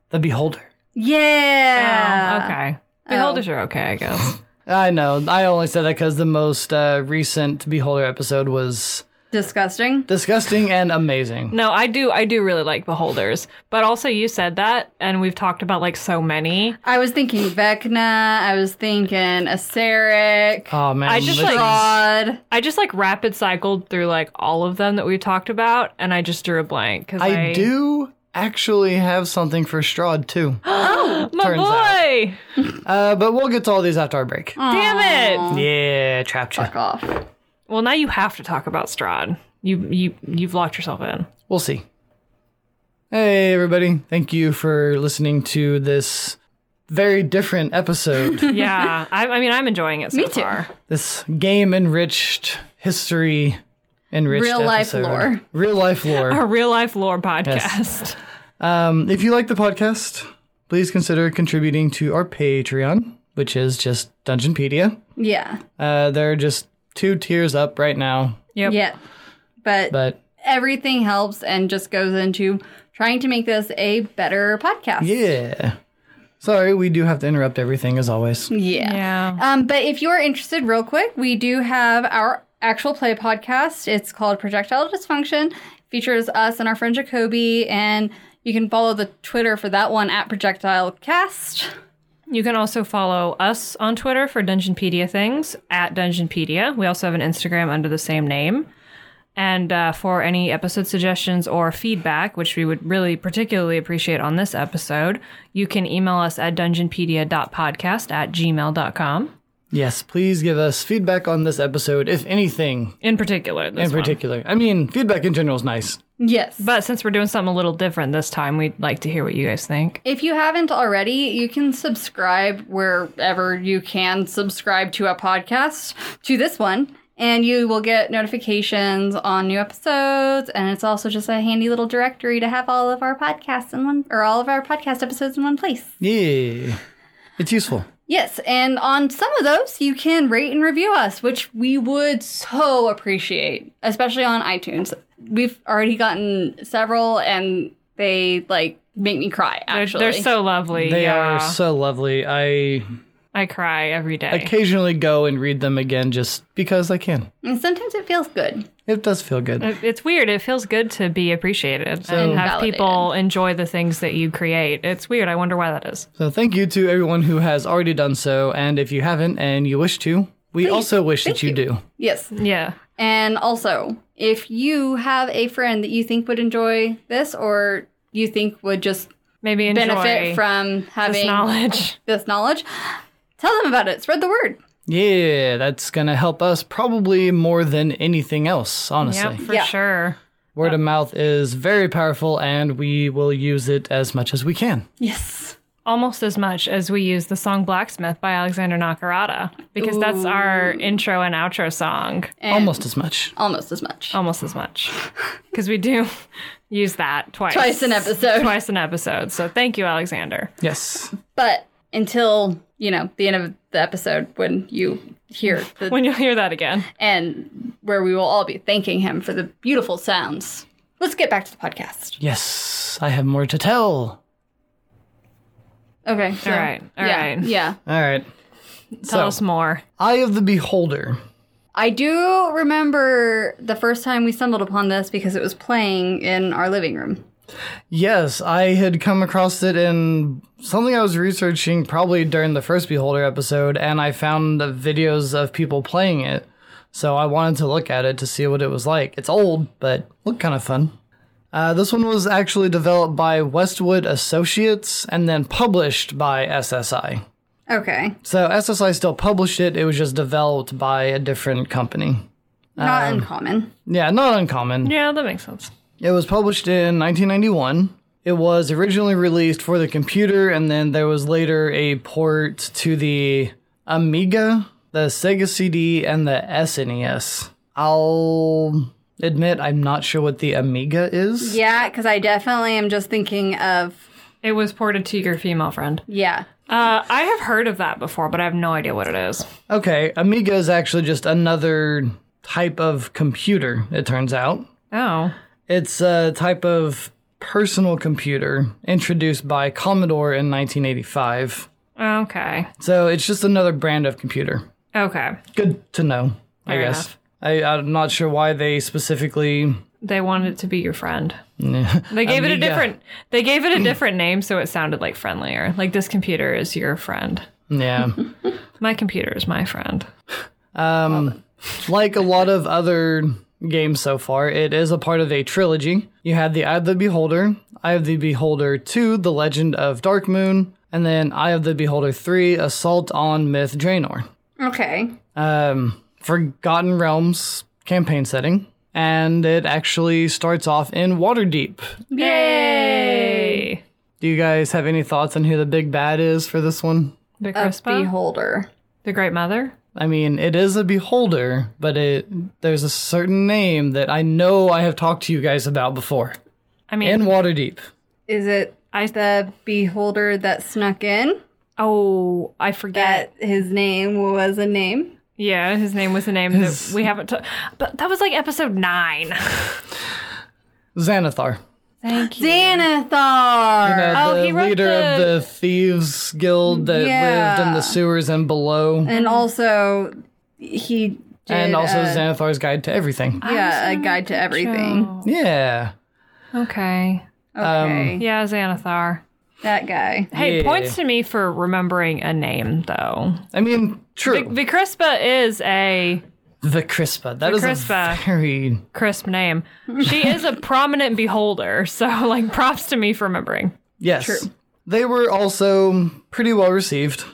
Speaker 4: the Beholder.
Speaker 3: Yeah.
Speaker 2: Oh, okay. Beholders are okay, I guess.
Speaker 4: I know. I only said that because the most uh, recent Beholder episode was
Speaker 3: Disgusting.
Speaker 4: disgusting and amazing.
Speaker 2: No, I do. I do really like beholders, but also you said that, and we've talked about like so many.
Speaker 3: I was thinking Vecna. I was thinking Aceric.
Speaker 4: Oh man,
Speaker 2: I just,
Speaker 4: this
Speaker 2: like,
Speaker 4: is- Uh.
Speaker 3: Rod.
Speaker 2: I just like rapid cycled through like all of them that we've talked about, and I just drew a blank because I,
Speaker 4: I do actually have something for
Speaker 3: (gasps)
Speaker 4: Strahd too.
Speaker 2: My
Speaker 4: turns
Speaker 2: boy,
Speaker 4: Uh, but we'll get to all these after our break.
Speaker 2: damn it!
Speaker 4: Yeah, trap
Speaker 3: Fuck off.
Speaker 2: Well, now you have to talk about Strahd. You you you've locked yourself in.
Speaker 3: (laughs)
Speaker 4: We'll see. Hey everybody, thank you for listening to this very
Speaker 3: (laughs)
Speaker 4: different episode.
Speaker 2: Yeah, I, I mean I'm enjoying it so
Speaker 3: Me too.
Speaker 2: far.
Speaker 4: this game enriched history enriched
Speaker 3: Real life
Speaker 4: episode.
Speaker 3: lore.
Speaker 4: Real life
Speaker 2: A
Speaker 4: lore.
Speaker 2: real life lore podcast.
Speaker 4: um, if you like the podcast, please consider contributing to our Patreon, which is just Dungeonpedia.
Speaker 3: Yeah.
Speaker 4: Uh, there are just two tiers up right now,
Speaker 2: Yep.
Speaker 3: Yeah. But,
Speaker 4: but
Speaker 3: everything helps and just goes into trying to make this a better podcast.
Speaker 4: yeah. Sorry, we do have to interrupt everything as always.
Speaker 3: Yeah.
Speaker 2: Yeah.
Speaker 3: Um, but if you're interested, real quick, we do have our actual play podcast. It's called Projectile Dysfunction. Features us and our friend Jacoby, and you can follow the Twitter for that one at Projectile Cast.
Speaker 2: You can also follow us on Twitter for Dungeonpedia things at Dungeonpedia. We also have an Instagram under the same name. And uh, for any episode suggestions or feedback, which we would really particularly appreciate on this episode, you can email us at dungeonpedia.podcast at gmail.com.
Speaker 4: Yes, please give us feedback on this episode, if anything
Speaker 2: In particular, this
Speaker 4: in
Speaker 2: one.
Speaker 4: particular. I mean, feedback in general is nice.
Speaker 3: Yes.
Speaker 2: But since we're doing something a little different this time, we'd like to hear what you guys think.
Speaker 3: if you haven't already, you can subscribe wherever you can subscribe to a podcast, to this one, and you will get notifications on new episodes. And it's also just a handy little directory to have all of our podcasts in one, or all of our podcast episodes in one place.
Speaker 4: Yeah, it's useful.
Speaker 3: Yes, and on some of those, you can rate and review us, which we would so appreciate, especially on iTunes. We've already gotten several, and they like make me cry.
Speaker 2: They're,
Speaker 3: Actually,
Speaker 2: they're so lovely.
Speaker 4: They
Speaker 2: yeah.
Speaker 4: are so lovely. I
Speaker 2: I cry every day.
Speaker 4: occasionally go and read them again just because I can.
Speaker 3: and sometimes it feels good.
Speaker 4: It does feel good.
Speaker 2: It- It's weird. It feels good to be appreciated and have
Speaker 3: Validated.
Speaker 2: people enjoy the things that you create. It's weird. I wonder why that is.
Speaker 4: So thank you to everyone who has already done so, and if you haven't and you wish to, we also wish that you, do.
Speaker 3: Yes,
Speaker 2: Yeah.
Speaker 3: and also if you have a friend that you think would enjoy this, or you think would just
Speaker 2: Maybe enjoy
Speaker 3: benefit from
Speaker 2: this
Speaker 3: having (laughs)
Speaker 2: knowledge.
Speaker 3: this knowledge, tell them about it. Spread the word.
Speaker 4: Yeah, that's gonna help us probably more than anything else, honestly.
Speaker 2: Yep, for
Speaker 3: Yeah.
Speaker 2: sure.
Speaker 4: Word of mouth is very powerful, and we will use it as much as we can.
Speaker 3: Yes.
Speaker 2: Almost as much as we use the song Blacksmith by Alexander Nakarada because that's our intro and outro song.
Speaker 4: Almost as (laughs) much.
Speaker 3: Almost as much.
Speaker 2: Almost as much. Because we do (laughs) use that twice.
Speaker 3: Twice an episode.
Speaker 2: Twice an episode. So thank you, Alexander.
Speaker 4: Yes.
Speaker 3: But until, you know, the end of the episode when you hear the
Speaker 2: When you'll hear that again.
Speaker 3: and where we will all be thanking him for the beautiful sounds. Let's get back to the podcast.
Speaker 4: Yes, I have more to tell.
Speaker 3: Okay. So,
Speaker 2: All right. All
Speaker 3: yeah,
Speaker 2: right.
Speaker 3: Yeah.
Speaker 4: All right.
Speaker 2: Tell
Speaker 4: So-
Speaker 2: us more.
Speaker 4: Eye of the Beholder.
Speaker 3: I do remember the first time we stumbled upon this because it was playing in our living room.
Speaker 4: Yes, I had come across it in something I was researching probably during the first Beholder episode, and I found the videos of people playing it. So I wanted to look at it to see what it was like. It's old, but looked kind of fun. Uh, this one was actually developed by Westwood Associates and then published by SSI.
Speaker 3: Okay.
Speaker 4: So SSI still published it, it was just developed by a different company.
Speaker 3: Not uncommon.
Speaker 4: Yeah, not uncommon.
Speaker 2: Yeah, that makes sense.
Speaker 4: It was published in 1991. It was originally released for the computer, and then there was later a port to the Amiga, the Sega CD, and the SNES. E I'll admit I'm not sure what the Amiga is.
Speaker 3: Yeah, because I definitely am just thinking of
Speaker 2: It was ported to your female friend.
Speaker 3: yeah.
Speaker 2: Uh, I have heard of that before, but I have no idea what it is.
Speaker 4: Okay, Amiga is actually just another type of computer, it turns out.
Speaker 2: Oh.
Speaker 4: It's a type of personal computer introduced by Commodore in 1985.
Speaker 2: Okay.
Speaker 4: So it's just another brand of computer.
Speaker 2: Okay.
Speaker 4: Good to know, I
Speaker 2: Fair
Speaker 4: guess.
Speaker 2: enough.
Speaker 4: I, I'm not sure why they specifically.
Speaker 2: They wanted it to be your friend.
Speaker 4: Yeah.
Speaker 2: They gave it a
Speaker 4: Amiga.
Speaker 2: different they gave
Speaker 4: (clears throat)
Speaker 2: it a different name so it sounded like friendlier. Like this computer is your friend.
Speaker 4: yeah. (laughs)
Speaker 2: My computer is my friend.
Speaker 4: Um, like a lot of other games so far, it is a part of a trilogy. You had the Eye of the Beholder, Eye of the Beholder 2, The Legend of Dark Moon, and then Eye of the Beholder 3, Assault on Myth Draenor.
Speaker 3: Okay.
Speaker 4: Um, Forgotten Realms campaign setting, and it actually starts off in Waterdeep.
Speaker 2: Yay!
Speaker 4: Do you guys have any thoughts on who the big bad is for this one?
Speaker 2: The
Speaker 3: Of
Speaker 2: Crispa?
Speaker 3: Beholder.
Speaker 2: the Great Mother?
Speaker 4: I mean, it is a beholder, but it there's a certain name that I know I have talked to you guys about before.
Speaker 2: I mean
Speaker 4: And Waterdeep.
Speaker 3: Is it
Speaker 2: I-
Speaker 3: the Beholder that snuck in?
Speaker 2: Oh, I forget.
Speaker 3: That his name was a name.
Speaker 2: yeah, his name was the name
Speaker 4: (laughs)
Speaker 2: that we haven't. T- but that was like episode nine.
Speaker 4: Xanathar.
Speaker 2: Thank
Speaker 3: Xanathar.
Speaker 4: You know,
Speaker 2: Oh,
Speaker 4: the
Speaker 2: he wrote
Speaker 4: leader of
Speaker 2: the-
Speaker 4: the Thieves Guild that lived in
Speaker 3: Yeah.
Speaker 4: the sewers and below. And,
Speaker 3: and also, he did
Speaker 4: also
Speaker 3: uh,
Speaker 4: Xanathar's Guide to Everything.
Speaker 3: yeah, a guide to everything.
Speaker 4: yeah.
Speaker 2: (laughs) Okay.
Speaker 3: Okay,
Speaker 2: Yeah, Xanathar.
Speaker 3: that guy.
Speaker 2: Hey,
Speaker 4: Yeah.
Speaker 2: points to me for remembering a name though.
Speaker 4: I mean,
Speaker 2: The,
Speaker 4: true.
Speaker 2: the Crispa is a
Speaker 4: The Crispa. That is
Speaker 2: Crispa.
Speaker 4: a very
Speaker 2: crisp name. She is a prominent beholder, so like props to me for remembering.
Speaker 4: yes. True. They were also pretty well received.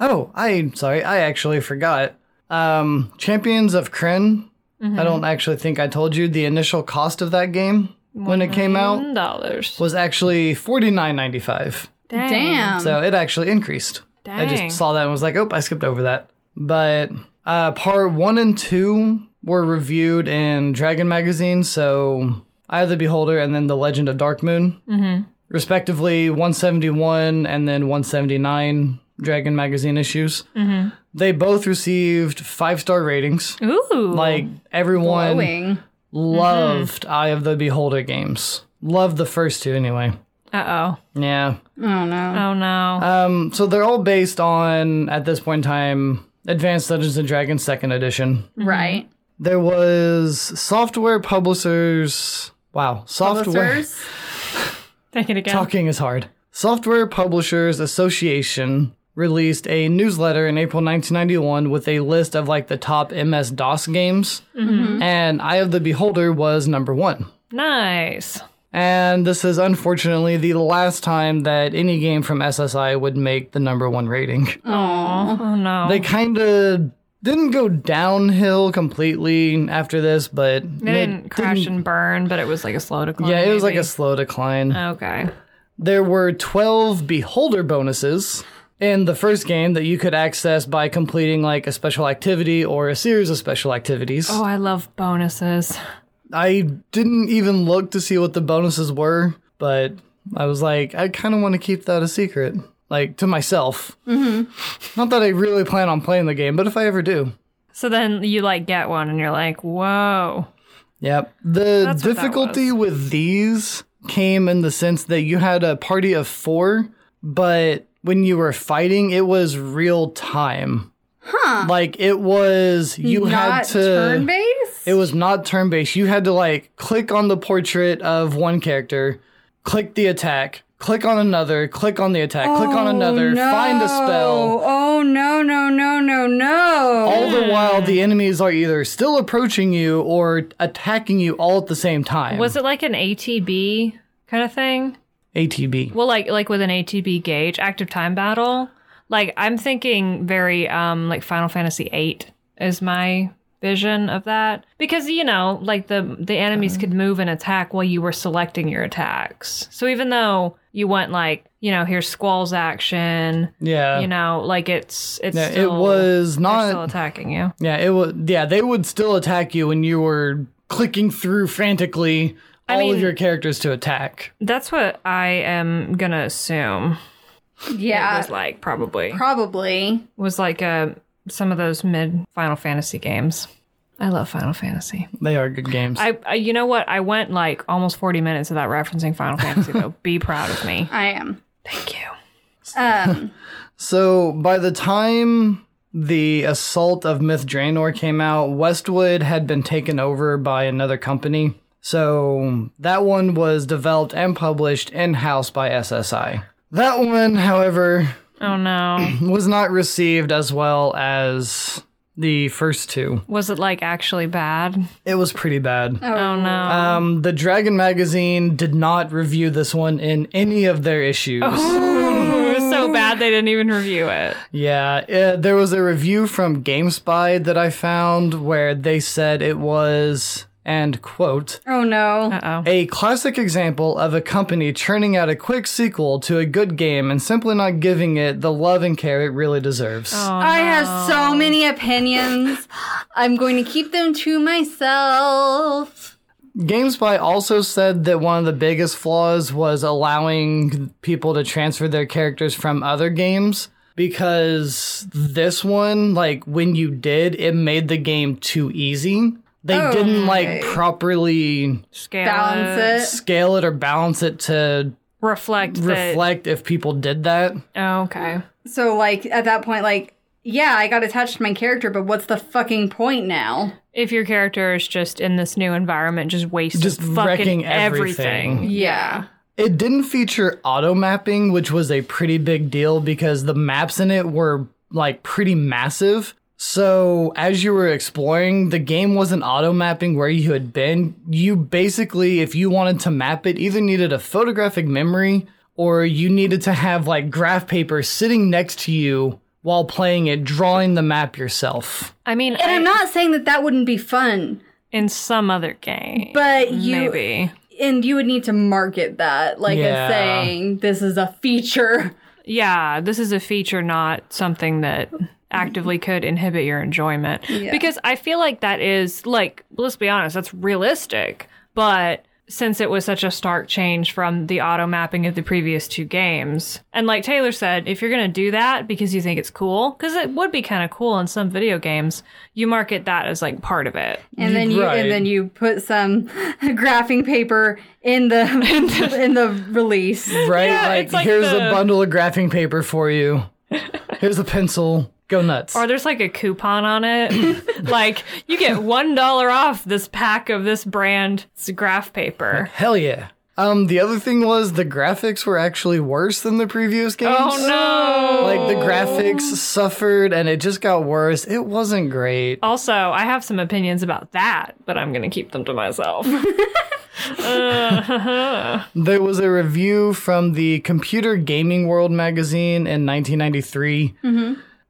Speaker 4: Oh, I sorry, I actually forgot. Um, Champions of Kren. I don't actually think I told you the initial cost of that game when it came
Speaker 2: Mm-hmm.
Speaker 4: out
Speaker 2: Dollars.
Speaker 4: was actually forty nine ninety five.
Speaker 2: Dang.
Speaker 3: Damn.
Speaker 4: So it actually increased. I
Speaker 2: Dang.
Speaker 4: just saw that and was like, oh, I skipped over that. But uh, part one and two were reviewed in Dragon Magazine. So Eye of the Beholder and then The Legend of Dark Moon, mm-hmm. respectively, 171 and then 179 Dragon Magazine issues. Mm-hmm. They both received five star ratings.
Speaker 2: Ooh.
Speaker 4: Like everyone
Speaker 3: Glowing. Mm-hmm.
Speaker 4: loved Eye of the Beholder games. Loved the first two anyway.
Speaker 2: Uh oh.
Speaker 4: Yeah.
Speaker 3: Oh no.
Speaker 2: Oh no.
Speaker 4: Um, so they're all based on at this point in time Advanced Dungeons and Dragons Second Edition.
Speaker 3: Right.
Speaker 4: There was software publishers. Wow, software
Speaker 3: Publishers.
Speaker 2: Take it again.
Speaker 4: (laughs) talking is hard. Software Publishers Association released a newsletter in April 1991 with a list of like the top MS DOS games, and Eye of the Beholder was number one.
Speaker 2: Nice.
Speaker 4: And this is unfortunately the last time that any game from SSI would make the number one rating. (laughs)
Speaker 2: Oh no.
Speaker 4: they kind of didn't go downhill completely after this, but
Speaker 2: They didn't crash and burn, but it was like a slow decline.
Speaker 4: yeah, it was like
Speaker 2: maybe. Um,
Speaker 4: a slow decline.
Speaker 2: Okay.
Speaker 4: There were 12 beholder bonuses in the first game that you could access by completing like a special activity or a series of special activities.
Speaker 2: Oh, I love bonuses.
Speaker 4: I didn't even look to see what the bonuses were, but I was like, I kind of want to keep that a secret, like to myself. Mm-hmm. Not that I really plan on playing the game, but if I ever do,
Speaker 2: So then you like get one and you're like, whoa.
Speaker 4: Yep. The
Speaker 2: That's what that
Speaker 4: difficulty with these came in the sense that you had a party of four, but when you were fighting, it was real time. Huh. Like it was you had
Speaker 3: Not
Speaker 4: to
Speaker 3: turn based.
Speaker 4: it was not turn based. You had to like click on the portrait of one character, click the attack, click on another, click on the attack, click
Speaker 2: Oh,
Speaker 4: on another, find a spell. Oh,
Speaker 3: Oh no no no no no.
Speaker 4: All
Speaker 2: Hmm.
Speaker 4: the while, the enemies are either still approaching you or attacking you all at the same time.
Speaker 2: Was it like an ATB kind of thing?
Speaker 4: ATB?
Speaker 2: Well, like like with an ATB gauge, active time battle. Like I'm thinking very um like Final Fantasy VIII is my vision of that because you know like the the enemies could move and attack while you were selecting your attacks. So even though you went like you know here's Squall's action,
Speaker 4: Yeah.
Speaker 2: you know like it's it's
Speaker 4: Yeah,
Speaker 2: still,
Speaker 4: it was
Speaker 2: they're still
Speaker 4: not.
Speaker 2: attacking you.
Speaker 4: Yeah, it was. Yeah, they would still attack you when you were clicking through frantically
Speaker 2: I
Speaker 4: all of
Speaker 2: mean-
Speaker 4: your characters to attack.
Speaker 2: That's what I am gonna assume. it
Speaker 3: Yeah,
Speaker 2: was like probably
Speaker 3: probably.
Speaker 2: was like uh, some of those mid Final Fantasy games. I love Final Fantasy.
Speaker 4: They are good games.
Speaker 2: I, I you know what? I went like almost forty minutes without referencing Final Fantasy. (laughs) Though, be proud of me.
Speaker 3: I am.
Speaker 2: Thank you.
Speaker 4: (laughs)
Speaker 3: Um,
Speaker 4: So by the time the assault of Myth Draenor came out, Westwood had been taken over by another company. So that one was developed and published in house by SSI. That one, however,
Speaker 2: Oh no,
Speaker 4: was not received as well as the first two.
Speaker 2: was it like actually bad?
Speaker 4: It was pretty bad.
Speaker 2: Oh no.
Speaker 4: Um, the Dragon magazine did not review this one in any of their issues.
Speaker 2: Oh. (laughs) Ooh, (laughs) it was so bad they didn't even review it.
Speaker 4: Yeah, uh, there was a review from GameSpy that I found where they said it was, and quote,
Speaker 3: oh no.
Speaker 2: Uh oh.
Speaker 4: a classic example of a company churning out a quick sequel to a good game and simply not giving it the love and care it really deserves.
Speaker 2: Oh,
Speaker 3: I have so many opinions. I'm going to keep them to myself.
Speaker 4: GameSpy also said that one of the biggest flaws was allowing people to transfer their characters from other games because this one, like when you did, it made the game too easy. They didn't like
Speaker 3: Okay.
Speaker 4: properly
Speaker 2: Scale
Speaker 3: Balance
Speaker 2: it.
Speaker 3: it.
Speaker 4: scale it or balance it to
Speaker 2: Reflect. Reflect.
Speaker 4: reflect if people did that.
Speaker 2: Oh, okay.
Speaker 3: So, like, at that point, like, yeah, I got attached to my character, but what's the fucking point now?
Speaker 2: If your character is just in this new environment, just wasting,
Speaker 4: Just
Speaker 2: fucking
Speaker 4: wrecking
Speaker 2: everything.
Speaker 4: everything.
Speaker 3: Yeah.
Speaker 4: It didn't feature auto mapping, which was a pretty big deal because the maps in it were like pretty massive. So, as you were exploring, the game wasn't auto mapping where you had been. You basically, if you wanted to map it, either needed a photographic memory or you needed to have like graph paper sitting next to you while playing it, drawing the map
Speaker 2: (laughs)
Speaker 4: yourself.
Speaker 2: I mean,
Speaker 3: And
Speaker 2: I-
Speaker 3: I'm not saying that that wouldn't be fun,
Speaker 2: in some other game,
Speaker 3: but you
Speaker 2: maybe.
Speaker 3: and you would need to market that, like
Speaker 4: Yeah.
Speaker 3: as saying this is a feature.
Speaker 2: Yeah, this is a feature, not something that actively could inhibit your enjoyment. Because I feel like that is, like, let's be honest, that's realistic. But since it was such a stark change from the auto mapping of the previous two games, and like Taylor said, if you're going to do that because you think it's cool, because it would be kind of cool in some video games, you market that as like part of it.
Speaker 3: And then you
Speaker 4: Right.
Speaker 3: and then you put some (laughs) graphing paper in the (laughs) in the, release.
Speaker 4: Right?
Speaker 2: Yeah,
Speaker 4: like,
Speaker 2: it's like
Speaker 4: here's
Speaker 2: the-
Speaker 4: a bundle of graphing paper for you, here's a pencil, go nuts.
Speaker 2: Or there's like a coupon on it. (laughs) like, you get $1 off this pack of this brand graph paper.
Speaker 4: Hell yeah. Um, the other thing was the graphics were actually worse than the previous
Speaker 2: (laughs)
Speaker 4: games.
Speaker 2: Oh no!
Speaker 4: Like the graphics suffered and it just got worse. It wasn't great.
Speaker 2: Also, I have some opinions about that, but I'm gonna keep them to myself.
Speaker 4: There was a review from the Computer Gaming World magazine in 1993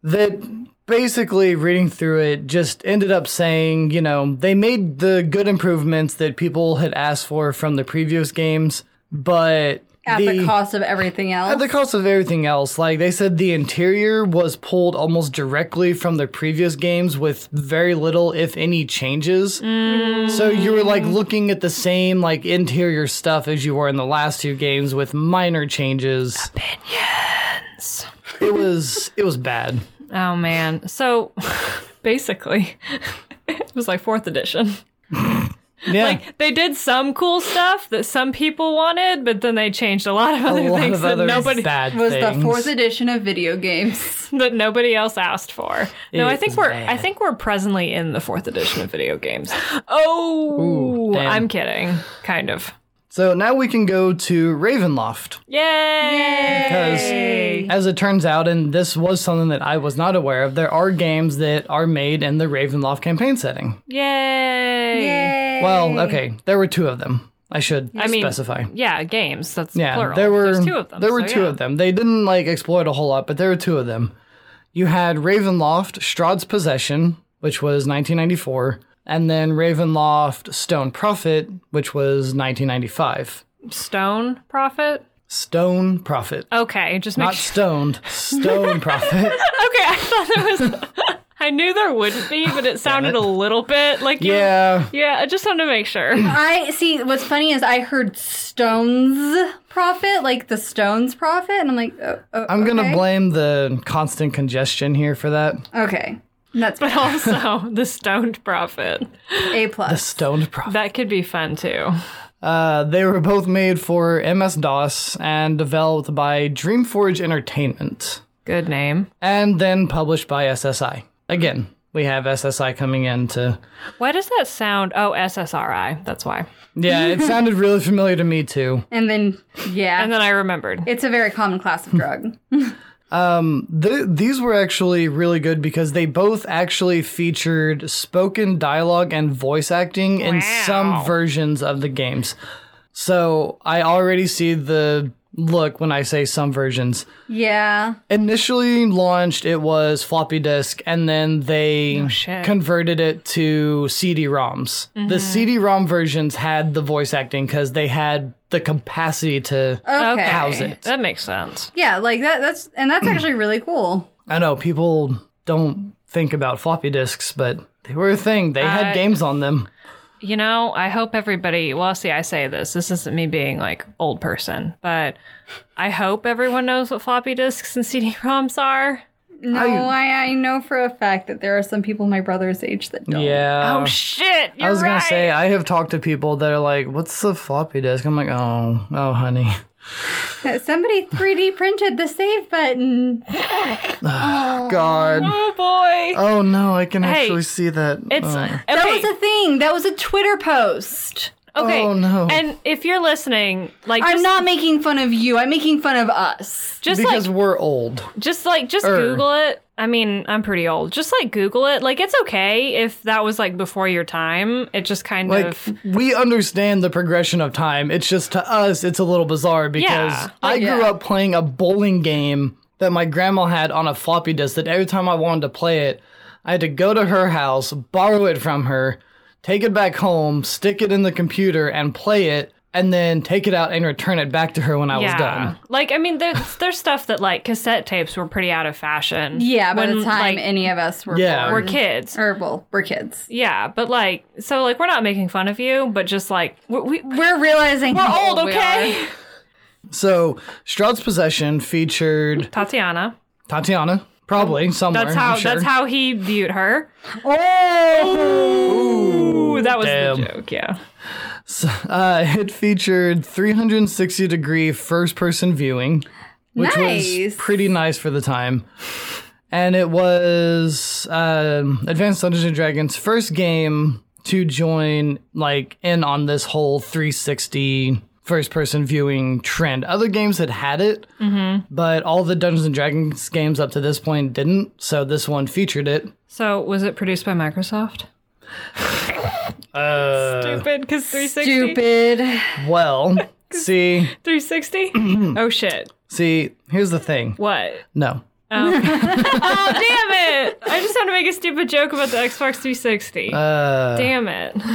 Speaker 4: that basically reading through it just ended up saying, you know, they made the good improvements that people had asked for from the previous games, but
Speaker 3: At the, cost of everything else.
Speaker 4: At the cost of everything else, like they said, the interior was pulled almost directly from the previous games with very little, if any, changes.
Speaker 2: Mm.
Speaker 4: So you were like looking at the same like interior stuff as you were in the last two games with minor changes. Opinions. It was it
Speaker 2: (laughs)
Speaker 4: was bad.
Speaker 2: (laughs) oh man. So (laughs) basically, (laughs) it was like fourth edition.
Speaker 4: Yeah.
Speaker 2: Like they did some cool stuff that some people wanted, but then they changed a lot of
Speaker 4: a
Speaker 2: other
Speaker 4: lot
Speaker 2: things
Speaker 4: of
Speaker 2: that
Speaker 4: other
Speaker 2: nobody
Speaker 4: bad
Speaker 3: was
Speaker 4: things.
Speaker 3: the fourth edition of video games.
Speaker 2: (laughs) that nobody else asked for. No,
Speaker 4: It
Speaker 2: I think
Speaker 4: was
Speaker 2: we're I
Speaker 4: bad.
Speaker 2: think we're presently in the fourth edition of video (gasps) games. Oh,
Speaker 4: Ooh, damn.
Speaker 2: I'm kidding. Kind of.
Speaker 4: so now we can go to Ravenloft.
Speaker 2: Yay!
Speaker 4: 'Cause As it turns out, and this was something that I was not aware of, there are games that are made in the Ravenloft campaign setting.
Speaker 2: Yay!
Speaker 3: Yay.
Speaker 4: Well, okay, there were two of them. I should
Speaker 2: I mean,
Speaker 4: specify.
Speaker 2: Yeah, games. That's
Speaker 4: Yeah,
Speaker 2: plural.
Speaker 4: there were
Speaker 2: There's two of them.
Speaker 4: There were
Speaker 2: so
Speaker 4: two
Speaker 2: yeah.
Speaker 4: of them. They didn't like exploit a whole lot, but there were two of them. You had Ravenloft, Strahd's Possession, which was 1994, and then Ravenloft, Stone Prophet, which was 1995.
Speaker 2: Stone Prophet.
Speaker 4: Stone
Speaker 2: Oh
Speaker 4: Prophet,
Speaker 2: (laughs) Okay, just make
Speaker 4: not
Speaker 2: sure.
Speaker 4: stoned. Stone Prophet.
Speaker 2: Okay, I thought it was. (laughs) I knew there wouldn't be, but it sounded a little bit like you-
Speaker 4: Yeah.
Speaker 2: Yeah, I just wanted to make
Speaker 4: (laughs)
Speaker 2: sure.
Speaker 3: I see. What's funny is I heard Stones Prophet, like the Stones Prophet, and I'm like, oh, oh,
Speaker 4: I'm going to
Speaker 3: okay.
Speaker 4: blame the constant congestion here for that.
Speaker 3: Okay, that's
Speaker 2: But also the stoned prophet.
Speaker 3: a
Speaker 4: The
Speaker 3: plus.
Speaker 4: stoned prophet.
Speaker 2: That could be fun too.
Speaker 4: Uh, they were both made for MS DOS and developed by Dreamforge Entertainment
Speaker 2: Good name.
Speaker 4: and then published by SSI. Again, we have SSI coming in to.
Speaker 2: Why does that sound? Oh, SSRI. That's why.
Speaker 4: Yeah, it sounded really familiar to me too.
Speaker 3: And then yeah,
Speaker 2: And then I remembered.
Speaker 3: it's a very common class of drug.
Speaker 4: Th- these were actually really good because they both actually featured spoken dialogue and voice acting in
Speaker 2: Wow.
Speaker 4: some versions of the games. So I already see the look when I say some versions.
Speaker 3: yeah,
Speaker 4: Initially launched, it was floppy disk, and then they
Speaker 2: shit. Mm-hmm.
Speaker 4: converted it to CD ROMs. The CD ROM versions had the voice acting because they had the capacity to.
Speaker 3: okay,
Speaker 4: How's it?
Speaker 2: That makes sense.
Speaker 3: yeah, like that. That's and (clears throat) that's actually really cool.
Speaker 4: I know people don't think about floppy disks, but they were a thing. They
Speaker 2: I-
Speaker 4: had games on them.
Speaker 2: You know, I hope everybody. Well, see, I say this. This isn't me being like old person, but I hope everyone knows what floppy disks and CD-ROMs are.
Speaker 3: No, I, I know for a fact that there are some people my brother's age that don't.
Speaker 4: Yeah.
Speaker 2: oh shit! You're
Speaker 4: I was
Speaker 2: right.
Speaker 4: gonna say uh, I have talked to people that are like, "What's the floppy disk?" I'm like, "Oh, oh, honey."
Speaker 3: Uh, Somebody (laughs) 3D printed the save button.
Speaker 4: God.
Speaker 2: Oh boy.
Speaker 4: Oh no, I can
Speaker 2: Hey,
Speaker 4: actually see that.
Speaker 2: It's
Speaker 4: Oh.
Speaker 2: okay.
Speaker 3: That was a thing. That was a Twitter post.
Speaker 2: okay.
Speaker 4: Oh, no.
Speaker 2: And if you're listening, like
Speaker 3: I'm
Speaker 2: just,
Speaker 3: not making fun of you. I'm making fun of us.
Speaker 2: just like
Speaker 4: because we're old.
Speaker 2: Just like just
Speaker 4: Er.
Speaker 2: Google it. I mean, I'm pretty old. Just like Google it. Like it's okay if that was like before your time. It just kind
Speaker 4: Like
Speaker 2: of
Speaker 4: we understand the progression of time. It's just to us, it's a little bizarre because
Speaker 2: Yeah.
Speaker 4: I grew
Speaker 3: Yeah.
Speaker 4: up playing a bowling game that my grandma had on a floppy disk. That every time I wanted to play it, I had to go to her house, borrow it from her, take it back home, stick it in the computer, and play it, and then take it out and return it back to her when I was done.
Speaker 2: Like I mean, there's there's stuff that like cassette tapes were pretty out of fashion.
Speaker 3: Yeah, by
Speaker 2: when,
Speaker 3: the time
Speaker 2: like,
Speaker 3: any of us were
Speaker 4: Yeah.
Speaker 2: we're
Speaker 3: born.
Speaker 2: kids.
Speaker 3: Or, well, we're kids.
Speaker 2: Yeah, but like so like we're not making fun of you, but just like we, we we're
Speaker 3: We're realizing how
Speaker 2: old,
Speaker 3: we
Speaker 2: okay?
Speaker 3: are.
Speaker 4: So Stroud's possession featured
Speaker 2: (laughs) Tatiana.
Speaker 4: Tatiana, probably somewhere.
Speaker 2: That's how
Speaker 4: I'm sure.
Speaker 2: that's how he viewed her. Ooh, Oh! that was
Speaker 4: damn.
Speaker 2: the joke. Yeah.
Speaker 4: Uh, it featured 360 degree first person viewing, (laughs) which
Speaker 3: Nice.
Speaker 4: was pretty nice for the time. And it was um Advanced Dungeons and Dragons' first game to join like in on this whole 360 first person viewing trend. Other games had had it, but all the Dungeons and Dragons games up to this point didn't. So this one featured it.
Speaker 2: So was it produced by
Speaker 4: (laughs)
Speaker 2: Microsoft?
Speaker 4: Uh,
Speaker 2: Stupid, because 360.
Speaker 3: Stupid.
Speaker 4: Well, see,
Speaker 2: (clears throat) 360? oh shit.
Speaker 4: see, here's the thing.
Speaker 2: What? (laughs)
Speaker 4: No.
Speaker 2: Oh, damn it! I just had to make a stupid joke about the Xbox 360.
Speaker 4: Uh,
Speaker 2: damn it. (laughs)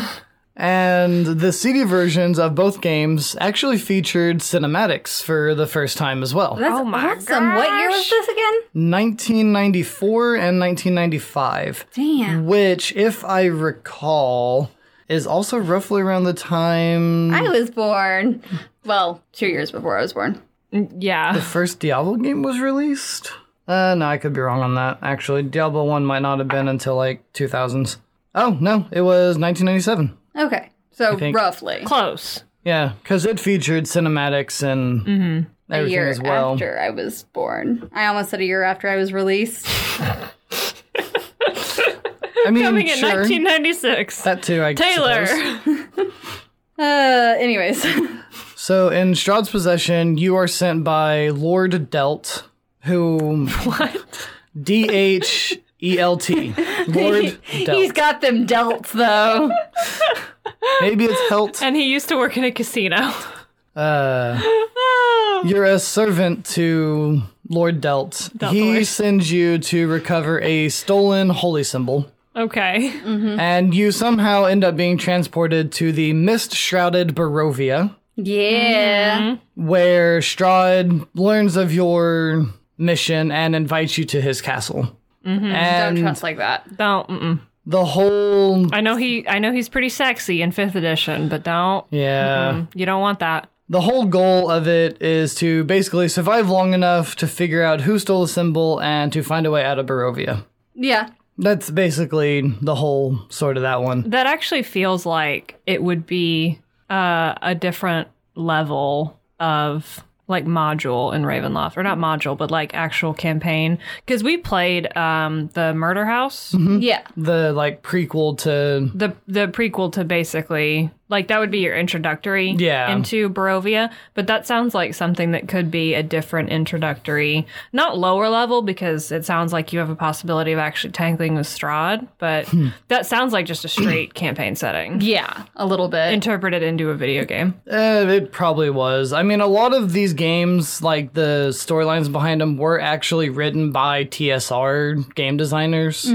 Speaker 4: And the CD versions of both games actually featured cinematics for the first time as well.
Speaker 3: That's
Speaker 2: Oh my
Speaker 3: awesome. What year was
Speaker 2: gosh.
Speaker 3: this again?
Speaker 4: 1994 and 1995,
Speaker 3: Damn.
Speaker 4: which, if I recall, is also roughly around the time
Speaker 3: I was born, well, two years before I was born.
Speaker 2: Yeah.
Speaker 4: first Diablo game was released. Uh, no, I could be wrong on that. Actually, Diablo 1 might not have been until like 2000s. Oh, no, it was 1997.
Speaker 3: Okay. So,
Speaker 4: think-
Speaker 3: roughly.
Speaker 2: Close.
Speaker 4: Yeah, because it featured cinematics and
Speaker 2: Mm-hmm.
Speaker 3: A
Speaker 4: everything
Speaker 3: year
Speaker 4: as well.
Speaker 3: after I was born. I almost said a year after I was released.
Speaker 4: I mean,
Speaker 2: Coming in
Speaker 4: sure,
Speaker 2: 1996.
Speaker 4: that too, I
Speaker 2: Taylor.
Speaker 4: suppose.
Speaker 2: (laughs)
Speaker 3: Uh, anyways. (laughs)
Speaker 4: So in Strahd's possession, you are sent by Lord Delt, who
Speaker 2: What?
Speaker 4: D H E L (laughs) T. Lord
Speaker 3: He's
Speaker 4: Delt.
Speaker 3: got them delts, though.
Speaker 4: Maybe it's Helt.
Speaker 2: And he used to work in a casino.
Speaker 4: Uh, you're a servant to Lord Delt. He
Speaker 2: Deltor.
Speaker 4: sends you to recover a stolen holy symbol,
Speaker 2: Okay.
Speaker 4: and you somehow end up being transported to the mist shrouded Barovia.
Speaker 3: yeah.
Speaker 4: Mm-hmm. where Strahd learns of your mission and invites you to his Mm-hmm. castle.
Speaker 3: Don't
Speaker 4: And
Speaker 3: trust like that.
Speaker 2: Don't. Mm-mm.
Speaker 4: the whole
Speaker 2: I know he. I know he's pretty sexy in fifth edition, but don't.
Speaker 4: yeah,
Speaker 2: Mm, You don't want that.
Speaker 4: the whole goal of it is to basically survive long enough to figure out who stole the symbol and to find a way out of Barovia.
Speaker 3: Yeah.
Speaker 4: That's basically the whole sort of that one.
Speaker 2: That actually feels like it would be uh, a different level of like module in Ravenloft, or not module, but like actual campaign. Because we played um, the Murder House,
Speaker 4: Mm-hmm.
Speaker 3: Yeah.
Speaker 4: The like prequel to
Speaker 2: the the prequel to basically like that would be your introductory
Speaker 4: Yeah.
Speaker 2: into Barovia. But that sounds like something that could be a different introductory, not lower level, because it sounds like you have a possibility of actually tangling with Strahd. But that sounds like just a straight campaign setting.
Speaker 3: Yeah. A little bit.
Speaker 2: interpreted into a video game.
Speaker 4: Uh, it probably was. I mean, a lot of these games, like the storylines behind them, were actually written by TSR game designers,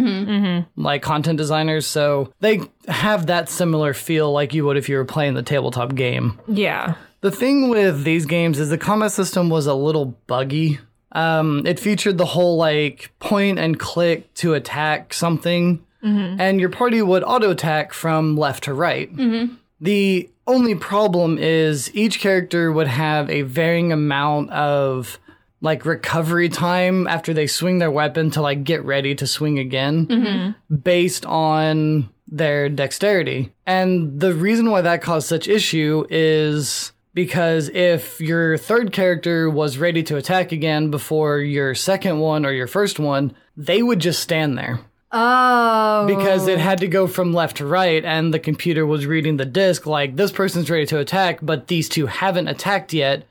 Speaker 4: like content designers. So they have that similar feel like you would if you were playing the tabletop game.
Speaker 2: Yeah.
Speaker 4: The thing with these games is the combat system was a little buggy. Um, it featured the whole like point and click to attack something, and your party would auto attack from left to right. The only problem is each character would have a varying amount of like recovery time after they swing their weapon to like get ready to swing again based on their dexterity. And the reason why that caused such issue is because if your third character was ready to attack again before your second one or your first one, they would just stand there
Speaker 3: oh.
Speaker 4: because it had to go from left to right and the computer was reading the disk like this person's ready to attack but these two haven't attacked yet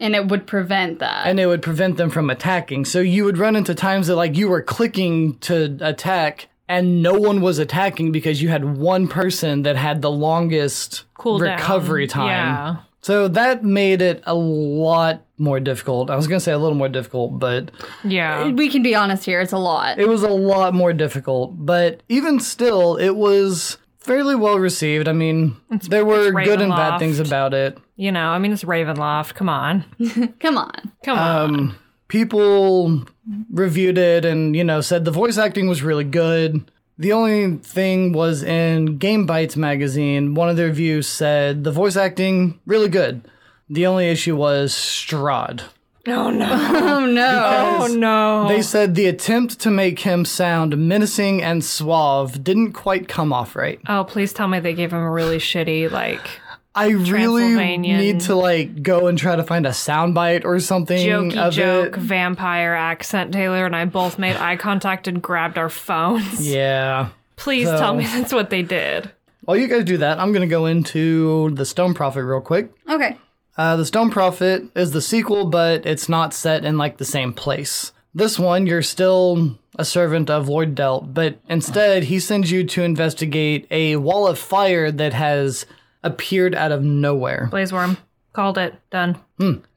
Speaker 3: and it would prevent that.
Speaker 4: and it would prevent them from attacking. So you would run into times that like you were clicking to attack and no one was attacking because you had one person that had the longest
Speaker 2: Cool down.
Speaker 4: recovery time.
Speaker 2: Yeah.
Speaker 4: So that made it a lot more difficult. I was going to say a little more difficult, but
Speaker 2: Yeah.
Speaker 3: we can be honest here. It's a lot.
Speaker 4: it was a lot more difficult. But even still, it was fairly well received. I mean, there were
Speaker 2: it's
Speaker 4: good and bad
Speaker 2: Ravenloft.
Speaker 4: things about it.
Speaker 2: You know, I mean, it's Ravenloft. Come on.
Speaker 3: Come on.
Speaker 2: Come on.
Speaker 4: people reviewed it and you know said the voice acting was really good the only thing was in game bites magazine one of the reviews said the voice acting really good the only issue was strad
Speaker 2: Oh, no.
Speaker 3: Oh no.
Speaker 2: Oh, no.
Speaker 4: they said the attempt to make him sound menacing and suave didn't quite come off right
Speaker 2: oh, please tell me they gave him a really shitty, like,
Speaker 4: i really
Speaker 2: Transylvanian.
Speaker 4: need to like go and try to find a soundbite or something
Speaker 2: jokey
Speaker 4: of
Speaker 2: joke
Speaker 4: it
Speaker 2: vampire accent. Taylor and I both made eye contact and grabbed our phones.
Speaker 4: yeah
Speaker 2: Please
Speaker 4: So-
Speaker 2: tell me (laughs) that's what they did.
Speaker 4: while you guys do that i'm gonna go into the stone prophet real quick
Speaker 3: Okay.
Speaker 4: Uh, the Stone Prophet is the sequel, but it's not set in like the same place. This one, you're still a servant of Lord Delt, but instead he sends you to investigate a wall of fire that has appeared out of nowhere.
Speaker 2: Blaze Worm. Called it. Done.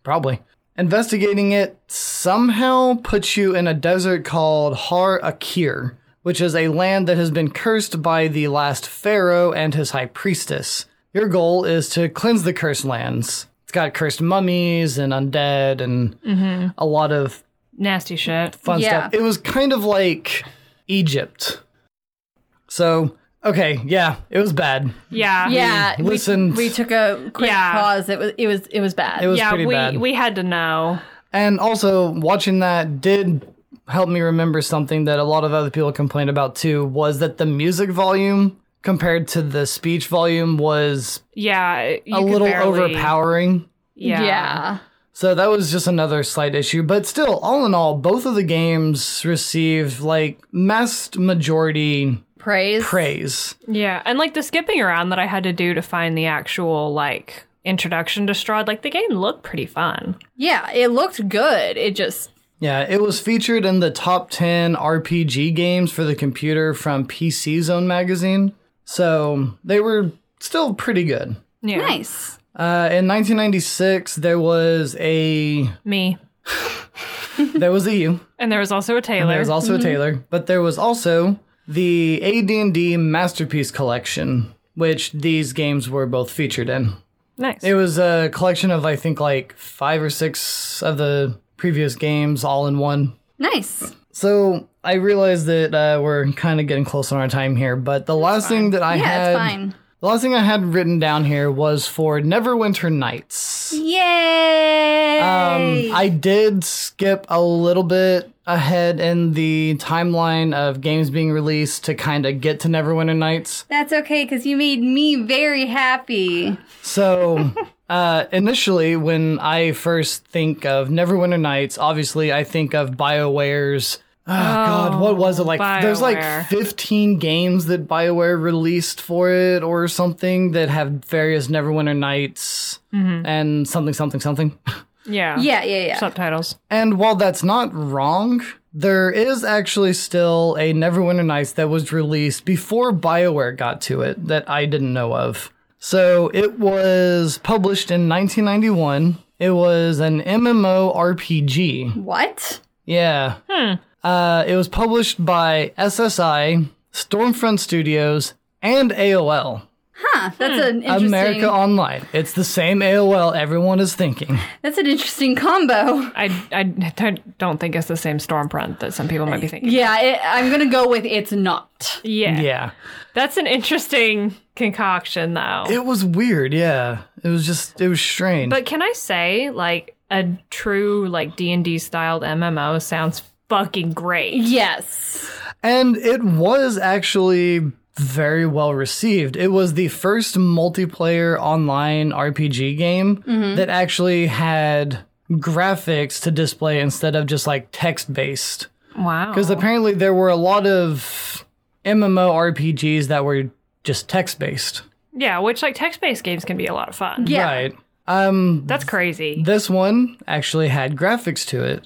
Speaker 4: Probably. Investigating it somehow puts you in a desert called Har Akir, which is a land that has been cursed by the last pharaoh and his high priestess. Your goal is to cleanse the cursed lands. It's got cursed mummies and undead and
Speaker 2: Mm-hmm.
Speaker 4: a lot of
Speaker 2: Nasty shit.
Speaker 4: fun
Speaker 3: Yeah.
Speaker 4: stuff. It was kind of like Egypt. So, okay, yeah, it was bad.
Speaker 2: Yeah.
Speaker 3: Yeah. we-
Speaker 4: Listen.
Speaker 3: We, took a quick
Speaker 2: Yeah.
Speaker 3: pause. It was. It was. It was bad.
Speaker 4: It was
Speaker 2: Yeah,
Speaker 4: pretty
Speaker 2: we,
Speaker 4: bad.
Speaker 2: we had to know.
Speaker 4: And also, watching that did help me remember something that a lot of other people complained about too was that the music volume compared to the speech volume was
Speaker 2: Yeah. you
Speaker 4: a
Speaker 2: could
Speaker 4: little
Speaker 2: barely-
Speaker 4: overpowering.
Speaker 2: Yeah.
Speaker 3: yeah.
Speaker 4: So that was just another slight issue. But still, all in all, both of the games received like mass majority
Speaker 3: Praise.
Speaker 4: praise.
Speaker 2: Yeah, and like the skipping around that I had to do to find the actual like introduction to Strahd, like the game looked pretty fun.
Speaker 3: Yeah. It looked good. It just.
Speaker 4: Yeah, it was featured in the top 10 RPG games for the computer from PC Zone magazine. So they were still pretty good.
Speaker 2: Yeah,
Speaker 3: Nice.
Speaker 4: Uh, in 1996, there was a
Speaker 2: me.
Speaker 4: there was a you.
Speaker 2: And there was also a Taylor.
Speaker 4: There was also
Speaker 3: Mm-hmm.
Speaker 4: a Taylor, but there was also the AD&D Masterpiece Collection, which these games were both featured in.
Speaker 2: nice.
Speaker 4: It was a collection of I think like five or six of the previous games all in one.
Speaker 3: Nice.
Speaker 4: So I realize that uh, we're kind of getting close on our time here, but the last thing that I
Speaker 3: yeah,
Speaker 4: had,
Speaker 3: it's fine.
Speaker 4: the last thing I had written down here was for Neverwinter Nights.
Speaker 3: Yay!
Speaker 4: Um, I did skip a little bit ahead in the timeline of games being released to kind of get to Neverwinter Nights.
Speaker 3: That's okay because you made me very happy.
Speaker 4: So, uh, initially, when I first think of Neverwinter Nights, obviously I think of BioWare's. Oh, God, what was it like? There's like
Speaker 2: BioWare.
Speaker 4: 15 games that BioWare released for it or something that have various Neverwinter Nights and something, something, something. (laughs)
Speaker 2: Yeah.
Speaker 3: Yeah, yeah, yeah.
Speaker 2: Subtitles.
Speaker 4: And while that's not wrong, there is actually still a Neverwinter Nights that was released before BioWare got to it that I didn't know of. So it was published in 1991. It was an MMORPG.
Speaker 3: what?
Speaker 4: Yeah. Uh, it was published by SSI, Stormfront Studios, and AOL.
Speaker 3: Huh? That's an interesting.
Speaker 4: Hmm. America Online. It's the same AOL everyone is thinking.
Speaker 3: That's an interesting combo.
Speaker 2: I, I don't- don't think it's the same Stormfront that some people might be thinking.
Speaker 3: Yeah, it, I'm gonna go with it's not.
Speaker 2: Yeah.
Speaker 4: Yeah.
Speaker 2: That's an interesting concoction, though.
Speaker 4: It was weird, yeah. It was just it was strange.
Speaker 2: but can I say, like, a true, like, D&D styled MMO sounds fucking great.
Speaker 3: Yes.
Speaker 4: and it was actually very well received. It was the first multiplayer online RPG game that actually had graphics to display instead of just like text based.
Speaker 2: Wow.
Speaker 4: Because apparently there were a lot of MMORPGs that were just text based.
Speaker 2: yeah, which, like, text-based games can be a lot of fun.
Speaker 3: Yeah.
Speaker 4: Right. Um
Speaker 2: That's crazy.
Speaker 4: This one actually had graphics to it.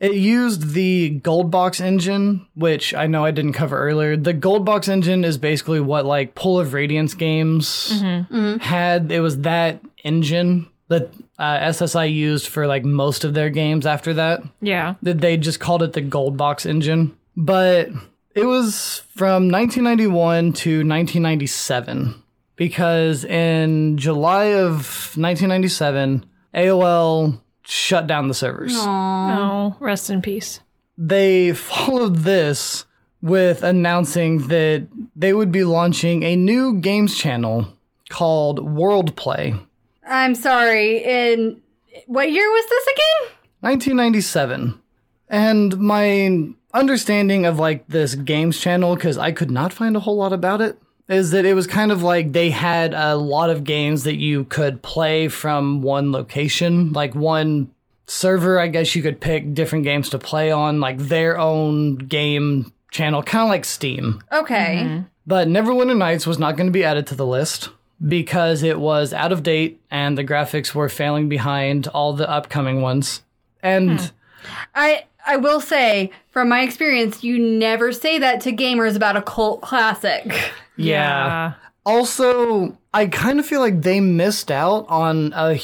Speaker 4: It used the Goldbox engine, which I know I didn't cover earlier. The Goldbox engine is basically what like Pull of Radiance games had. It was that engine that uh, SSI used for like most of their games after that.
Speaker 2: yeah.
Speaker 4: That they just called it the Goldbox engine, but it was from 1991 to 1997 because in July of 1997, AOL shut down the servers.
Speaker 2: Oh, rest in peace.
Speaker 4: They (laughs) followed this with announcing that they would be launching a new games channel called World Play.
Speaker 3: I'm sorry. In what year was this again?
Speaker 4: 1997. And my understanding of like this games channel, because I could not find a whole lot about it, is that it was kind of like they had a lot of games that you could play from one location, like one server. I guess you could pick different games to play on, like their own game channel, kind of like Steam.
Speaker 3: Okay.
Speaker 4: But Neverwinter Nights was not going to be added to the list because it was out of date and the graphics were failing behind all the upcoming ones. And
Speaker 3: I I will say from my experience, you never say that to gamers about a cult
Speaker 4: (sighs)
Speaker 3: classic.
Speaker 4: yeah. Also, I kind of feel like they missed out on a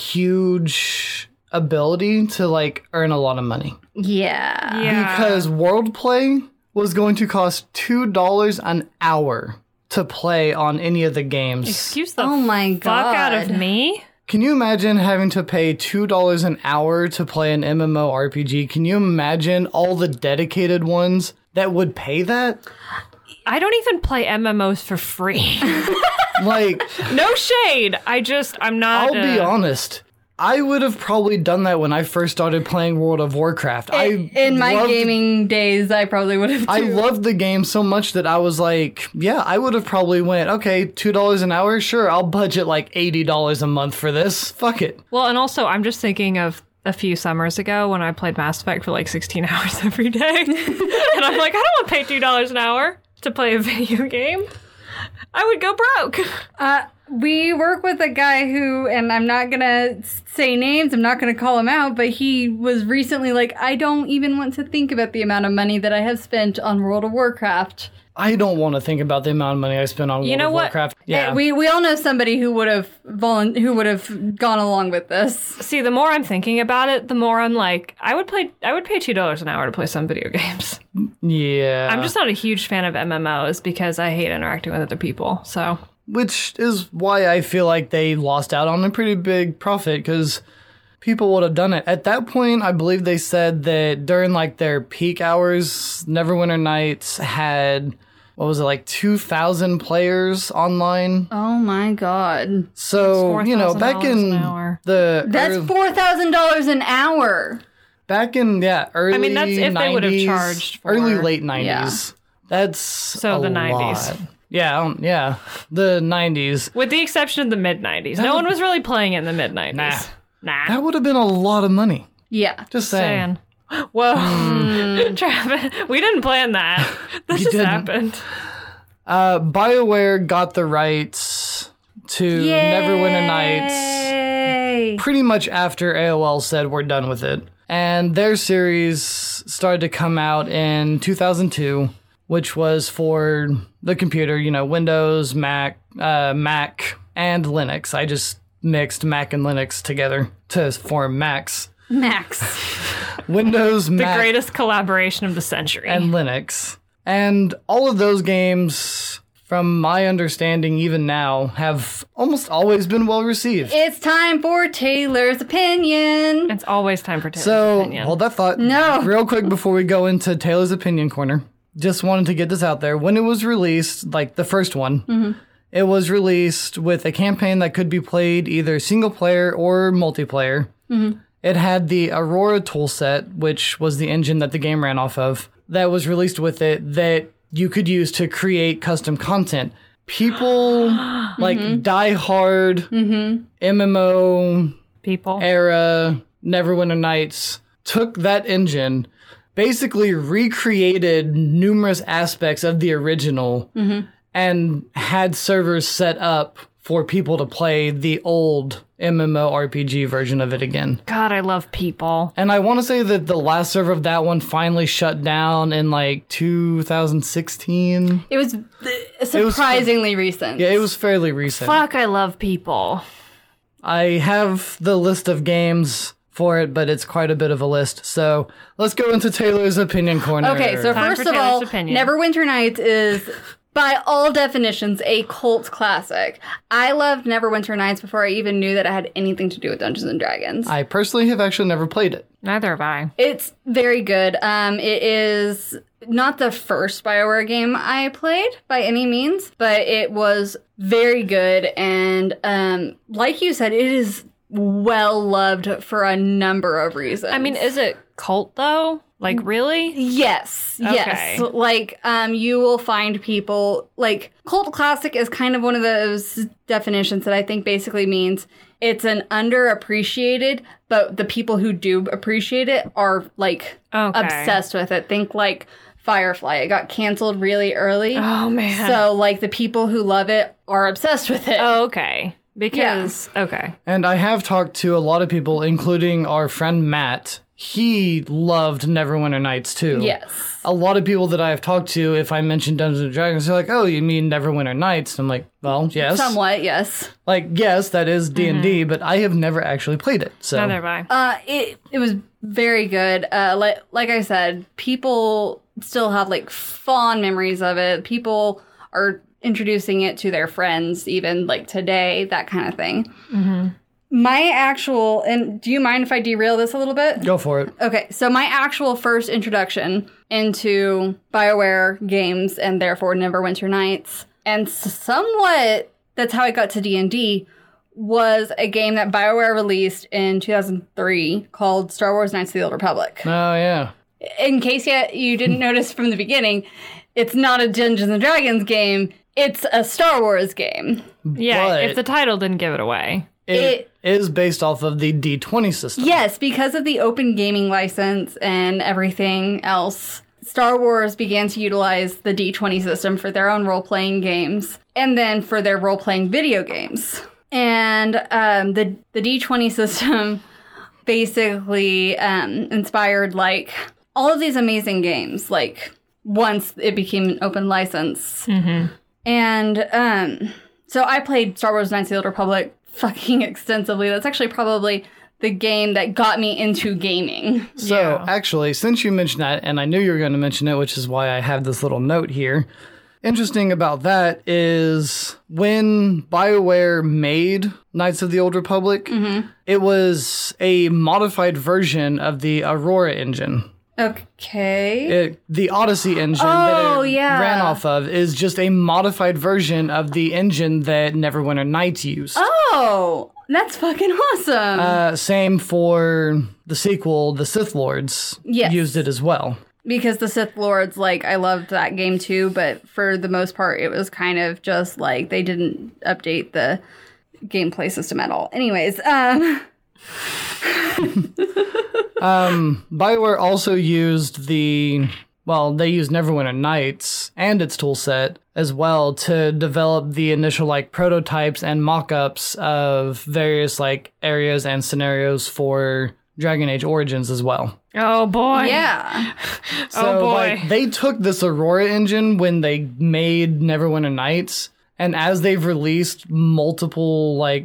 Speaker 4: huge ability to like earn a lot of money
Speaker 3: Yeah.
Speaker 2: Yeah.
Speaker 4: because World Play was going to cost $2 an hour to play on any of the games.
Speaker 2: Excuse the
Speaker 3: Oh my
Speaker 2: fuck out of
Speaker 3: God.
Speaker 2: me.
Speaker 4: Can you imagine having to pay $2 an hour to play an MMORPG? Can you imagine all the dedicated ones that would pay that?
Speaker 2: I don't even play MMOs for free. (laughs)
Speaker 4: Like,
Speaker 2: no shade. I just I'm not.
Speaker 4: I'll be
Speaker 2: uh,
Speaker 4: honest. I would have probably done that when I first started playing World of Warcraft. I
Speaker 3: In my
Speaker 4: loved-
Speaker 3: gaming days, I probably would have. Too.
Speaker 4: I loved the game so much that I was like, yeah, I would have probably went, okay, $2 an hour, sure, I'll budget like $80 a month for this. Fuck it.
Speaker 2: Well, and also I'm just thinking of a few summers ago when I played Mass Effect for like 16 (laughs) hours every day, and I'm like, I don't want to pay two dollars an hour to play a video game. I would go broke.
Speaker 3: Uh, we work with a guy who, and I'm not gonna s- say names, I'm not gonna call him out, but he was recently like, I don't even want to think about the amount of money that I have spent on World of Warcraft.
Speaker 4: I don't want to think about the amount of money I spent on World
Speaker 2: know
Speaker 4: of
Speaker 2: what?
Speaker 4: Warcraft. Yeah.
Speaker 3: Eh, We we all know somebody who would have volun- who would have gone along with this.
Speaker 2: See, the more I'm thinking about it, the more I'm like, I would play. I would pay two dollars an hour to play some video (laughs) games.
Speaker 4: yeah.
Speaker 2: I'm just not a huge fan of MMOs because I hate interacting with other people. So
Speaker 4: which is why I feel like they lost out on a pretty big profit because people would have done it. At that point, I believe they said that during like their peak hours, Neverwinter Nights had what was it like 2,000 players online.
Speaker 3: Oh my god.
Speaker 4: So
Speaker 2: It's
Speaker 4: you know, back
Speaker 2: $4,000
Speaker 4: in
Speaker 2: an hour.
Speaker 4: the
Speaker 3: That's
Speaker 4: ear-
Speaker 3: four thousand dollars an hour.
Speaker 4: back in yeah early.
Speaker 2: mean, that's if they would have
Speaker 4: 90s,
Speaker 2: charged for-
Speaker 4: early late
Speaker 3: Yeah.
Speaker 4: nineties. That's so
Speaker 2: the 90s.
Speaker 4: Yeah, um, yeah, the nineties.
Speaker 2: With the exception of the mid 90s. No one was really playing it in the mid 90s. Nah.
Speaker 4: That would have been a lot of money.
Speaker 3: Yeah.
Speaker 4: Just saying.
Speaker 2: Saying. Whoa. (laughs) Travis, we didn't plan that.
Speaker 4: (laughs)
Speaker 2: That just
Speaker 4: Hmm. didn't.
Speaker 2: happened.
Speaker 4: Uh, BioWare got the rights to Neverwinter Nights
Speaker 3: Yay.
Speaker 4: pretty much after AOL said we're done with it. And their series started to come out in 2002, which was for the computer, you know, Windows, Mac, uh, Mac, and Linux. I just mixed Mac and Linux together to form Macs.
Speaker 3: Max.
Speaker 4: Windows,
Speaker 2: The
Speaker 4: Mac,
Speaker 2: greatest collaboration of the century.
Speaker 4: and Linux. And all of those games, from my understanding, even now, have almost always been well received.
Speaker 3: It's time for Taylor's opinion.
Speaker 2: it's always time for Taylor's
Speaker 4: So
Speaker 2: opinion.
Speaker 4: hold that thought.
Speaker 3: No.
Speaker 4: (laughs) Real quick before we go into Taylor's opinion corner, just wanted to get this out there. When it was released, like the first one, it was released with a campaign that could be played either single player or multiplayer. It had the Aurora toolset, which was the engine that the game ran off of, that was released with it that you could use to create custom content. People like diehard MMO
Speaker 2: people.
Speaker 4: era Neverwinter Nights took that engine, basically recreated numerous aspects of the original, and had servers set up for people to play the old MMORPG version of it again.
Speaker 2: God, I love people.
Speaker 4: And I want to say that the last server of that one finally shut down in like 2016.
Speaker 3: It was uh, surprisingly recent.
Speaker 4: Yeah, it was fairly recent.
Speaker 2: Fuck, I love people.
Speaker 4: I have the list of games for it, but it's quite a bit of a list. So let's go into Taylor's opinion corner.
Speaker 3: Okay, so
Speaker 2: Time
Speaker 3: first
Speaker 2: for
Speaker 3: of all,
Speaker 2: Taylor's opinion.
Speaker 3: Neverwinter Nights is by all definitions a cult classic. I loved Neverwinter Nights before I even knew that it had anything to do with Dungeons and Dragons.
Speaker 4: I personally have actually never played it.
Speaker 2: Neither have I.
Speaker 3: It's very good. Um, it is not the first Bioware game I played by any means, but it was very good. And um, like you said, it is well loved for a number of reasons.
Speaker 2: I mean, is it cult though? Like, really?
Speaker 3: Yes,
Speaker 2: Okay.
Speaker 3: yes. Like, um, you will find people like cult classic is kind of one of those definitions that I think basically means it's an underappreciated, but the people who do appreciate it are like
Speaker 2: Okay.
Speaker 3: obsessed with it. Think like Firefly, it got canceled really early.
Speaker 2: Oh, man.
Speaker 3: So, like, the people who love it are obsessed with it.
Speaker 2: Oh, okay. Because, okay.
Speaker 4: And I have talked to a lot of people, including our friend Matt. He loved Neverwinter Nights too.
Speaker 3: Yes.
Speaker 4: A lot of people that I have talked to, if I mention Dungeons and Dragons, they're like, "Oh, you mean Neverwinter Nights?" I'm like, "Well, yes."
Speaker 3: Somewhat, Mm-hmm. yes.
Speaker 4: Like, yes, that is D and D, but I have never actually played it. So
Speaker 2: Neither have I.
Speaker 3: Uh, it it was very good. Uh, like like I said, people still have like fond memories of it. People are introducing it to their friends, even like today, that kind of thing. My actual and do you mind if I derail this a little bit?
Speaker 4: go
Speaker 3: (laughs)
Speaker 4: for it.
Speaker 3: Okay, so my actual first introduction into BioWare games and therefore Neverwinter Nights, and s- somewhat that's how I got to D&D was a game that BioWare released in 2003 called Star Wars Knights of the Old Republic.
Speaker 4: Oh yeah.
Speaker 3: In case yet you didn't (laughs) notice from the beginning, it's not a Dungeons and Dragons game, it's a Star Wars game.
Speaker 2: Yeah,
Speaker 4: but-
Speaker 2: if the title didn't give it away.
Speaker 4: it is based off of the D20 system.
Speaker 3: Yes, because of the open gaming license and everything else, Star Wars began to utilize the D20 system for their own role playing games and then for their role playing video games. And um, the, the D20 system (laughs) basically um, inspired like all of these amazing games, like once it became an open license. And um, so I played Star Wars Knights of the Old Republic fucking (laughs) extensively. That's actually probably the game that got me into gaming.
Speaker 4: So
Speaker 2: Yeah.
Speaker 4: actually, since you mentioned that, and I knew you were going to mention it, which is why I have this little note here. interesting about that is when BioWare made Knights of the Old Republic, it was a modified version of the Aurora engine.
Speaker 3: Okay.
Speaker 4: It, the Odyssey engine that
Speaker 3: Oh,
Speaker 4: it
Speaker 3: yeah.
Speaker 4: ran off of is just a modified version of the engine that Neverwinter Nights used.
Speaker 3: oh, that's fucking awesome.
Speaker 4: Uh, same for the sequel, The Sith Lords
Speaker 3: Yes.
Speaker 4: used it as well.
Speaker 3: because the Sith Lords, like, I loved that game too, but for the most part, it was kind of just like they didn't update the gameplay system at all. Anyways, um,
Speaker 4: Bioware also used the well, they used Neverwinter Nights and its toolset as well to develop the initial like prototypes and mock-ups of various like areas and scenarios for Dragon Age Origins as well.
Speaker 2: Oh boy.
Speaker 3: yeah,
Speaker 4: So
Speaker 2: Oh, boy.
Speaker 4: like they took this Aurora engine when they made Neverwinter Nights and as they've released multiple like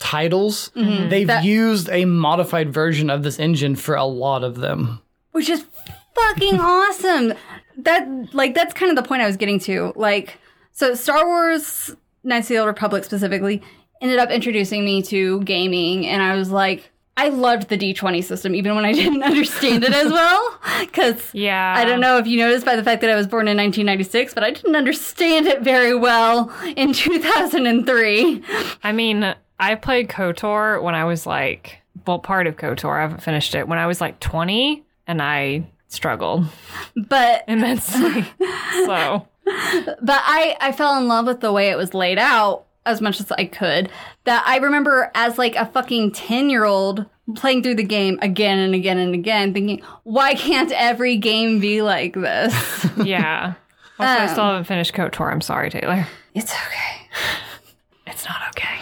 Speaker 4: titles,
Speaker 2: Mm-hmm.
Speaker 4: they've
Speaker 3: That-
Speaker 4: used a modified version of this engine for a lot of them.
Speaker 3: which is fucking awesome. That, like, that's kind of the point I was getting to. Like, so Star Wars Knights of the Old Republic specifically ended up introducing me to gaming, and I was like, I loved the D20 system, even when I (laughs) didn't understand it as well, because
Speaker 2: Yeah.
Speaker 3: I don't know if you noticed by the fact that I was born in 1996, but I didn't understand it very well in 2003.
Speaker 2: I mean, I played KOTOR when I was like, well, part of KOTOR. I haven't finished it. When I was like 20, and I struggled (laughs)
Speaker 3: But
Speaker 2: immensely. so,
Speaker 3: but I I fell in love with the way it was laid out as much as I could. That I remember as like a fucking 10-year-old playing through the game again and again and again thinking, "Why can't every game be like this?" (laughs)
Speaker 2: yeah. Also,
Speaker 3: Um,
Speaker 2: I still haven't finished KOTOR. I'm sorry, Taylor.
Speaker 3: it's okay.
Speaker 2: It's not okay.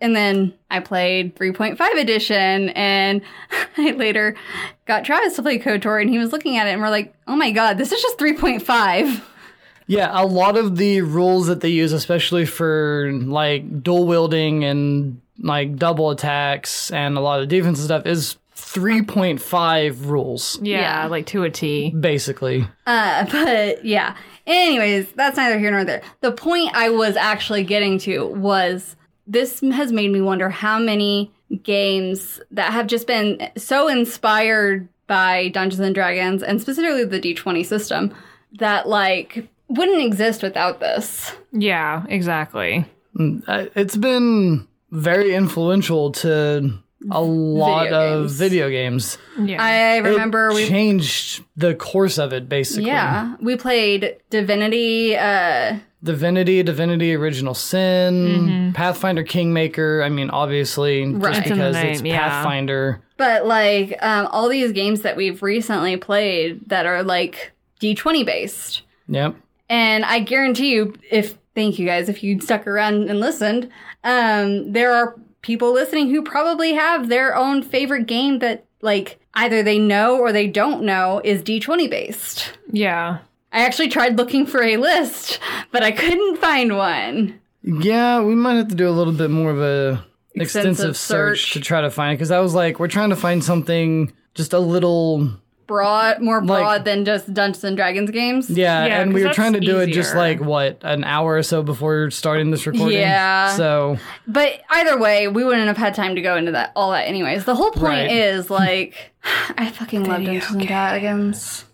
Speaker 3: And then I played 3.5 edition, and (laughs) I later got Travis to play KOTOR, and he was looking at it, and we're like, oh my god, this is just 3.5.
Speaker 4: Yeah, a lot of the rules that they use, especially for like dual wielding and like double attacks and a lot of defense and stuff, is 3.5 rules,
Speaker 2: Yeah,
Speaker 3: Yeah.
Speaker 2: like to a T.
Speaker 4: basically.
Speaker 3: Uh, (laughs) but yeah. Anyways, that's neither here nor there. The point I was actually getting to was this has made me wonder how many games that have just been so inspired by Dungeons and Dragons, and specifically the D20 system, that like wouldn't exist without this.
Speaker 2: Yeah, exactly.
Speaker 4: Uh, It's been very influential to a lot
Speaker 3: Video
Speaker 4: of
Speaker 3: games.
Speaker 4: video games.
Speaker 2: Yeah.
Speaker 3: I
Speaker 4: It
Speaker 3: remember we
Speaker 4: changed the course of it, basically.
Speaker 3: Yeah, we played Divinity. Uh,
Speaker 4: Divinity, Divinity Original Sin, Pathfinder Kingmaker. I mean, obviously,
Speaker 3: Mm-hmm. Right.
Speaker 4: just
Speaker 3: It's in
Speaker 2: the
Speaker 4: because
Speaker 2: name,
Speaker 4: it's
Speaker 2: yeah.
Speaker 4: Pathfinder.
Speaker 3: but like um, all these games that we've recently played that are like D20 based.
Speaker 4: Yep.
Speaker 3: And I guarantee you, if thank you guys, if you stuck around and listened, um, there are people listening who probably have their own favorite game that like either they know or they don't know is D20 based.
Speaker 2: yeah.
Speaker 3: I actually tried looking for a list, but I couldn't find one.
Speaker 4: Yeah, we might have to do a little bit more of a
Speaker 3: Extensive
Speaker 4: extensive, search.
Speaker 3: search.
Speaker 4: to try to find it because I was like, we're trying to find something just a little
Speaker 3: Broad, more
Speaker 4: Like-
Speaker 3: broad than just Dungeons and Dragons games.
Speaker 4: yeah,
Speaker 2: Yeah,
Speaker 4: and
Speaker 2: 'cause
Speaker 4: we were
Speaker 2: that's
Speaker 4: trying to do it just
Speaker 2: easier.
Speaker 4: like what an hour or so before starting this recording.
Speaker 3: Yeah.
Speaker 4: So
Speaker 3: But either way, we wouldn't have had time to go into that all that anyways. The whole point
Speaker 4: Right.
Speaker 3: is like, (sighs) I fucking love Dungeons and Dragons.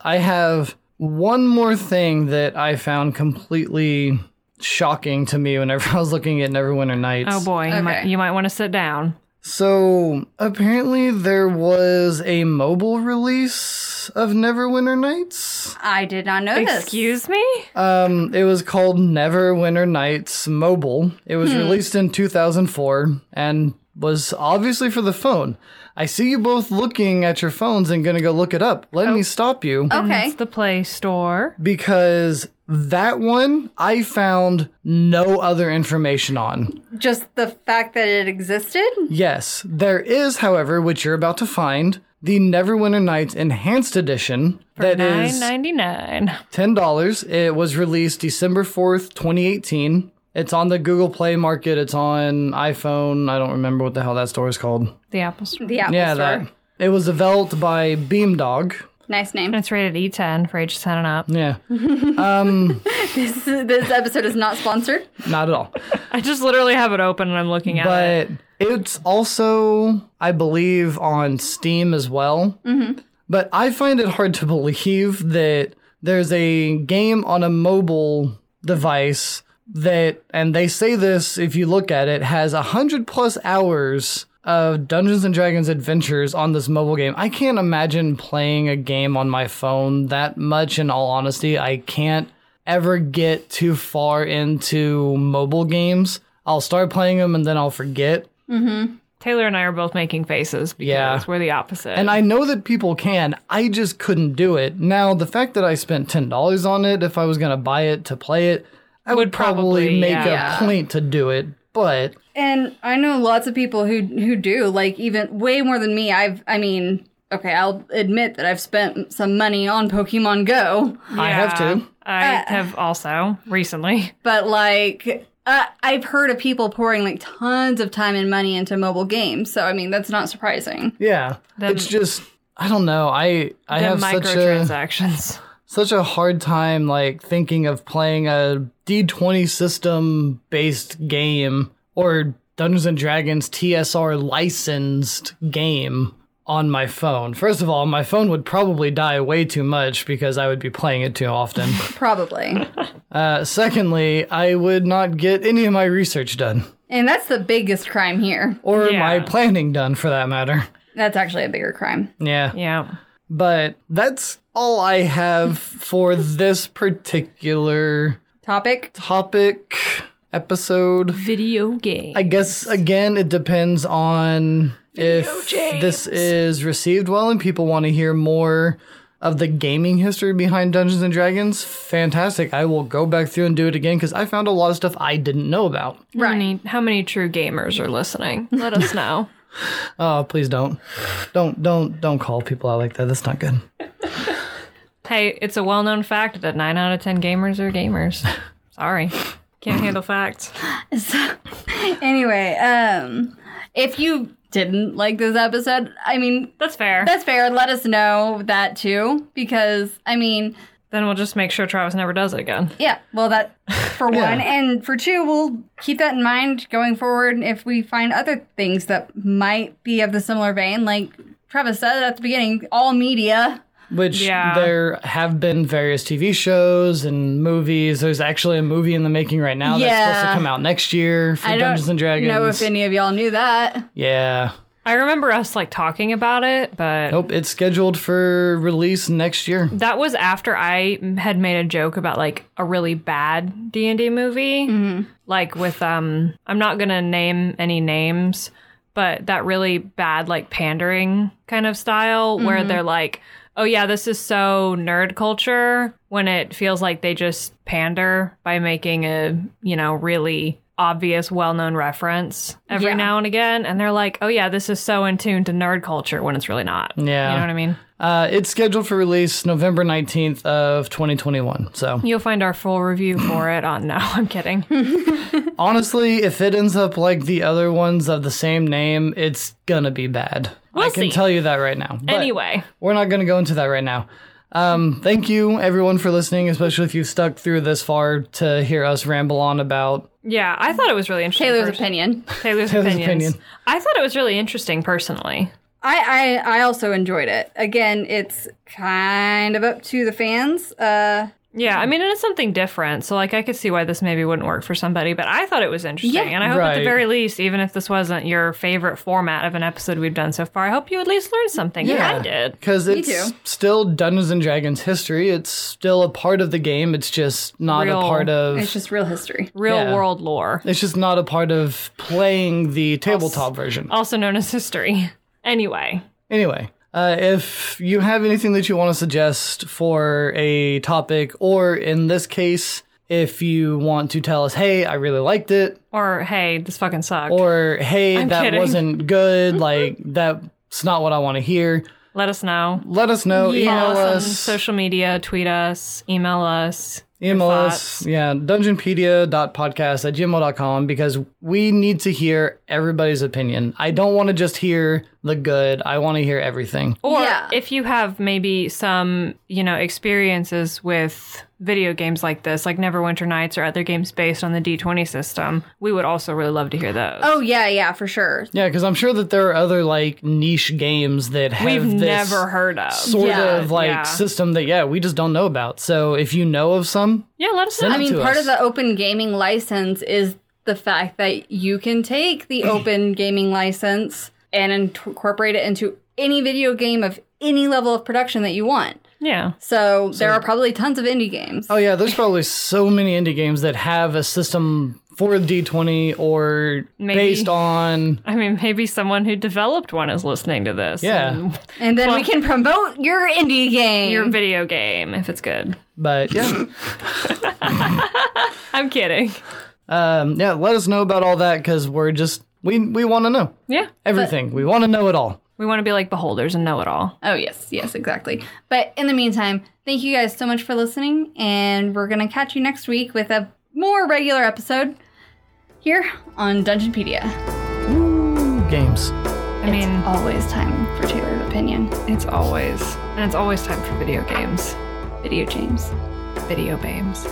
Speaker 4: I have one more thing that I found completely shocking to me whenever (laughs) I was looking at Neverwinter Nights.
Speaker 2: Oh boy, you might
Speaker 3: Okay.
Speaker 2: you might want to sit down.
Speaker 4: So apparently there was a mobile release of Neverwinter Nights.
Speaker 3: I did not know this.
Speaker 2: Excuse me?
Speaker 4: Um, it was called Neverwinter Nights Mobile. It was released in 2004 and was obviously for the phone. I see you both looking at your phones and gonna go look it up. Let me stop you
Speaker 3: Okay.
Speaker 2: It's the Play Store.
Speaker 4: because that one I found no other information on.
Speaker 3: just the fact that it existed
Speaker 4: Yes, there is, however, which you're about to find the Neverwinter Nights Enhanced Edition that
Speaker 2: Nine
Speaker 4: is
Speaker 2: ninety nine.
Speaker 4: Ten dollars. It was released December fourth, twenty eighteen. It's on the Google Play Market. It's on iPhone. I don't remember what the hell that store is called.
Speaker 2: The Apple Store.
Speaker 3: the apple
Speaker 4: yeah,
Speaker 3: store
Speaker 4: that. It was developed by Beamdog,
Speaker 3: Nice
Speaker 4: (laughs)
Speaker 3: name.
Speaker 2: It's rated E10 for age 10 and up.
Speaker 4: Yeah,
Speaker 3: this, this episode is not sponsored.
Speaker 4: not at all.
Speaker 2: I just literally have it open and I'm looking at it.
Speaker 4: but it's also, I believe, on Steam as well. But I find it hard to (laughs) believe that there's a game on a mobile device that, and they say this if you look at it, has 100 plus hours of Dungeons and Dragons adventures on this mobile game. I can't imagine playing a game on my phone that much, in all honesty. I can't ever get too far into mobile games. I'll start playing them and then I'll forget.
Speaker 2: Taylor and I are both making faces because
Speaker 4: Yeah.
Speaker 2: we're the opposite.
Speaker 4: And I know that people can. I just couldn't do it. Now, the fact that I spent ten dollars on it, if I was gonna buy it to play it, I would,
Speaker 2: Would
Speaker 4: probably,
Speaker 2: probably,
Speaker 4: make
Speaker 3: yeah.
Speaker 4: a point to do it. But
Speaker 3: And I know lots of people who who do like even way more than me. I've I mean, okay, I'll admit that I've spent some money on Pokemon Go,
Speaker 4: I have
Speaker 2: Yeah.
Speaker 4: to.
Speaker 2: I have also recently.
Speaker 3: but like uh, I've heard of people pouring like tons of time and money into mobile games. So I mean, that's not surprising.
Speaker 4: Yeah,
Speaker 2: Them-
Speaker 4: it's just I don't know. I I
Speaker 2: the
Speaker 4: have such a
Speaker 2: microtransactions.
Speaker 4: such a hard time like thinking of playing a D twenty system based game or Dungeons and Dragons TSR licensed game on my phone. First of all, my phone would probably die way too much because I would be playing it
Speaker 2: (laughs)
Speaker 4: too often. (laughs)
Speaker 3: Probably.
Speaker 4: uh, secondly, I would not get any of my research done
Speaker 3: and that's the biggest crime here.
Speaker 4: or my
Speaker 2: Yeah.
Speaker 4: planning done for that matter.
Speaker 3: That's actually a bigger crime.
Speaker 4: Yeah.
Speaker 2: yeah.
Speaker 4: But that's all I have for this particular
Speaker 3: Topic.
Speaker 4: topic episode.
Speaker 2: Video game.
Speaker 4: I guess again, it depends on if this is received well and people want to hear more of the gaming history behind Dungeons and Dragons. Fantastic! I will go back through and do it again because I found a lot of stuff I didn't know about.
Speaker 2: how, many, how many true gamers are listening? Let us know.
Speaker 4: Oh, please don't, don't, don't, don't call people out like that. That's not good.
Speaker 2: hey, it's a well known fact that 9 out of 10 gamers are
Speaker 4: (laughs)
Speaker 2: gamers. Sorry. Can't handle facts.
Speaker 3: So, (laughs) anyway, um, if you didn't like this episode, I mean,
Speaker 2: That's fair.
Speaker 3: That's fair. Let us know that too, because I mean,
Speaker 2: then we'll just make sure Travis never does it again.
Speaker 3: yeah. Well, that for
Speaker 4: (laughs)
Speaker 3: one, and for two, we'll keep that in mind going forward. If we find other things that might be of the similar vein, like Travis said at the beginning, all media.
Speaker 4: Which
Speaker 2: Yeah.
Speaker 4: there have been various TV shows and movies. There's actually a movie in the making right now that's supposed
Speaker 3: Yeah.
Speaker 4: to come out next year for
Speaker 3: I
Speaker 4: Dungeons and
Speaker 3: don't
Speaker 4: Dragons.
Speaker 3: know if any of y'all knew that.
Speaker 4: yeah.
Speaker 2: I remember us like talking about it, but
Speaker 4: Nope, it's scheduled for release next year.
Speaker 2: that was after I had made a joke about like a really bad D and D movie, like with um, I'm not gonna name any names, but that really bad like pandering kind of style where they're like, oh yeah, this is so nerd culture when it feels like they just pander by making a you know really obvious well-known reference every
Speaker 3: Yeah.
Speaker 2: now and again and they're like oh yeah this is so in tune to nerd culture when it's really not
Speaker 4: Yeah.
Speaker 2: you know what i mean
Speaker 4: Uh, it's scheduled for release November 19th of 2021. So,
Speaker 2: You'll find our full review for it on. No, (laughs) I'm
Speaker 3: (laughs)
Speaker 2: kidding.
Speaker 4: honestly, if it ends up like the other ones of the same name, it's gonna be bad. I
Speaker 2: We'll
Speaker 4: can
Speaker 2: see.
Speaker 4: tell you that right now. But
Speaker 2: anyway,
Speaker 4: we're not gonna go into that right now. Um, thank you everyone for listening, especially if you've stuck through this far to hear us ramble on about
Speaker 2: yeah, I thought it was really interesting.
Speaker 3: Taylor's
Speaker 2: pers-
Speaker 3: opinion.
Speaker 2: Taylor's,
Speaker 4: Taylor's
Speaker 2: opinions.
Speaker 4: opinion.
Speaker 2: I thought it was really interesting personally.
Speaker 3: I, I I also enjoyed it. Again, it's kind of up to the fans. Uh,
Speaker 2: Yeah, I mean, it is something different. So, like, I could see why this maybe wouldn't work for somebody, but I thought it was interesting.
Speaker 3: Yeah.
Speaker 2: and I hope at
Speaker 4: Right.
Speaker 2: the very least, even if this wasn't your favorite format of an episode we've done so far, I hope you at least learned something. Yeah, I did.
Speaker 4: because it's
Speaker 3: too.
Speaker 4: still Dungeons and Dragons history. It's still a part of the game. It's just not
Speaker 2: Real-
Speaker 4: a part of
Speaker 3: it's just real history.
Speaker 2: Real
Speaker 4: Yeah.
Speaker 2: world lore,
Speaker 4: It's just not a part of playing the tabletop version.
Speaker 2: also known as history. Anyway,
Speaker 4: Anyway, uh, if you have anything that you want to suggest for a topic, or in this case, if you want to tell us, hey, I really liked it,
Speaker 2: or hey, this fucking sucked.
Speaker 4: or hey,
Speaker 2: I'm
Speaker 4: that
Speaker 2: kidding. (laughs)
Speaker 4: wasn't good, like that's not what I want to hear,
Speaker 2: Let us know.
Speaker 4: let us know.
Speaker 3: Yeah.
Speaker 4: Email
Speaker 3: Awesome.
Speaker 4: us.
Speaker 2: social media, tweet us, email us,
Speaker 4: EMLS, yeah, dungeonpedia.podcast at gmail.com because we need to hear everybody's opinion. I don't want to just hear the good, I want to hear everything.
Speaker 2: Or
Speaker 3: Yeah.
Speaker 2: if you have maybe some, you know, experiences with video games like this, like Neverwinter Nights or other games based on the D20 system, we would also really love to hear those.
Speaker 3: (laughs) Oh yeah, yeah, for sure.
Speaker 4: Yeah, because I'm sure that there are other like niche games that have
Speaker 2: We've
Speaker 4: this
Speaker 2: never heard of.
Speaker 4: sort
Speaker 3: Yeah,
Speaker 4: of like
Speaker 2: yeah.
Speaker 4: system that yeah we just don't know about. So if you know of some,
Speaker 2: yeah, let us
Speaker 4: Send
Speaker 2: know.
Speaker 3: I mean,
Speaker 4: to
Speaker 3: part
Speaker 4: us.
Speaker 3: of the open gaming license is the fact that you can take
Speaker 4: (clears throat)
Speaker 3: the open gaming license and incorporate it into any video game of any level of production that you want.
Speaker 2: Yeah.
Speaker 3: So, there are probably tons of indie games.
Speaker 4: oh yeah, there's probably so many indie games that have a system for D20 or
Speaker 2: Maybe.
Speaker 4: based on
Speaker 2: I mean, maybe someone who developed one is listening to this.
Speaker 4: Yeah.
Speaker 2: and
Speaker 3: and then we can promote your indie game.
Speaker 2: Your video game, if it's good.
Speaker 4: but yeah.
Speaker 2: I'm kidding.
Speaker 4: um, yeah, let us know about all that because we're just we we want to know
Speaker 2: Yeah.
Speaker 4: everything. we want to know it all.
Speaker 2: We want to be like beholders and know it all.
Speaker 3: oh, yes, yes, exactly. But in the meantime, thank you guys so much for listening and we're going to catch you next week with a more regular episode here on Dungeonpedia.
Speaker 4: Ooh, games.
Speaker 2: I mean,
Speaker 3: Always time for tailored opinion.
Speaker 2: it's always, and it's always time for video games,
Speaker 3: Video James.
Speaker 2: video games.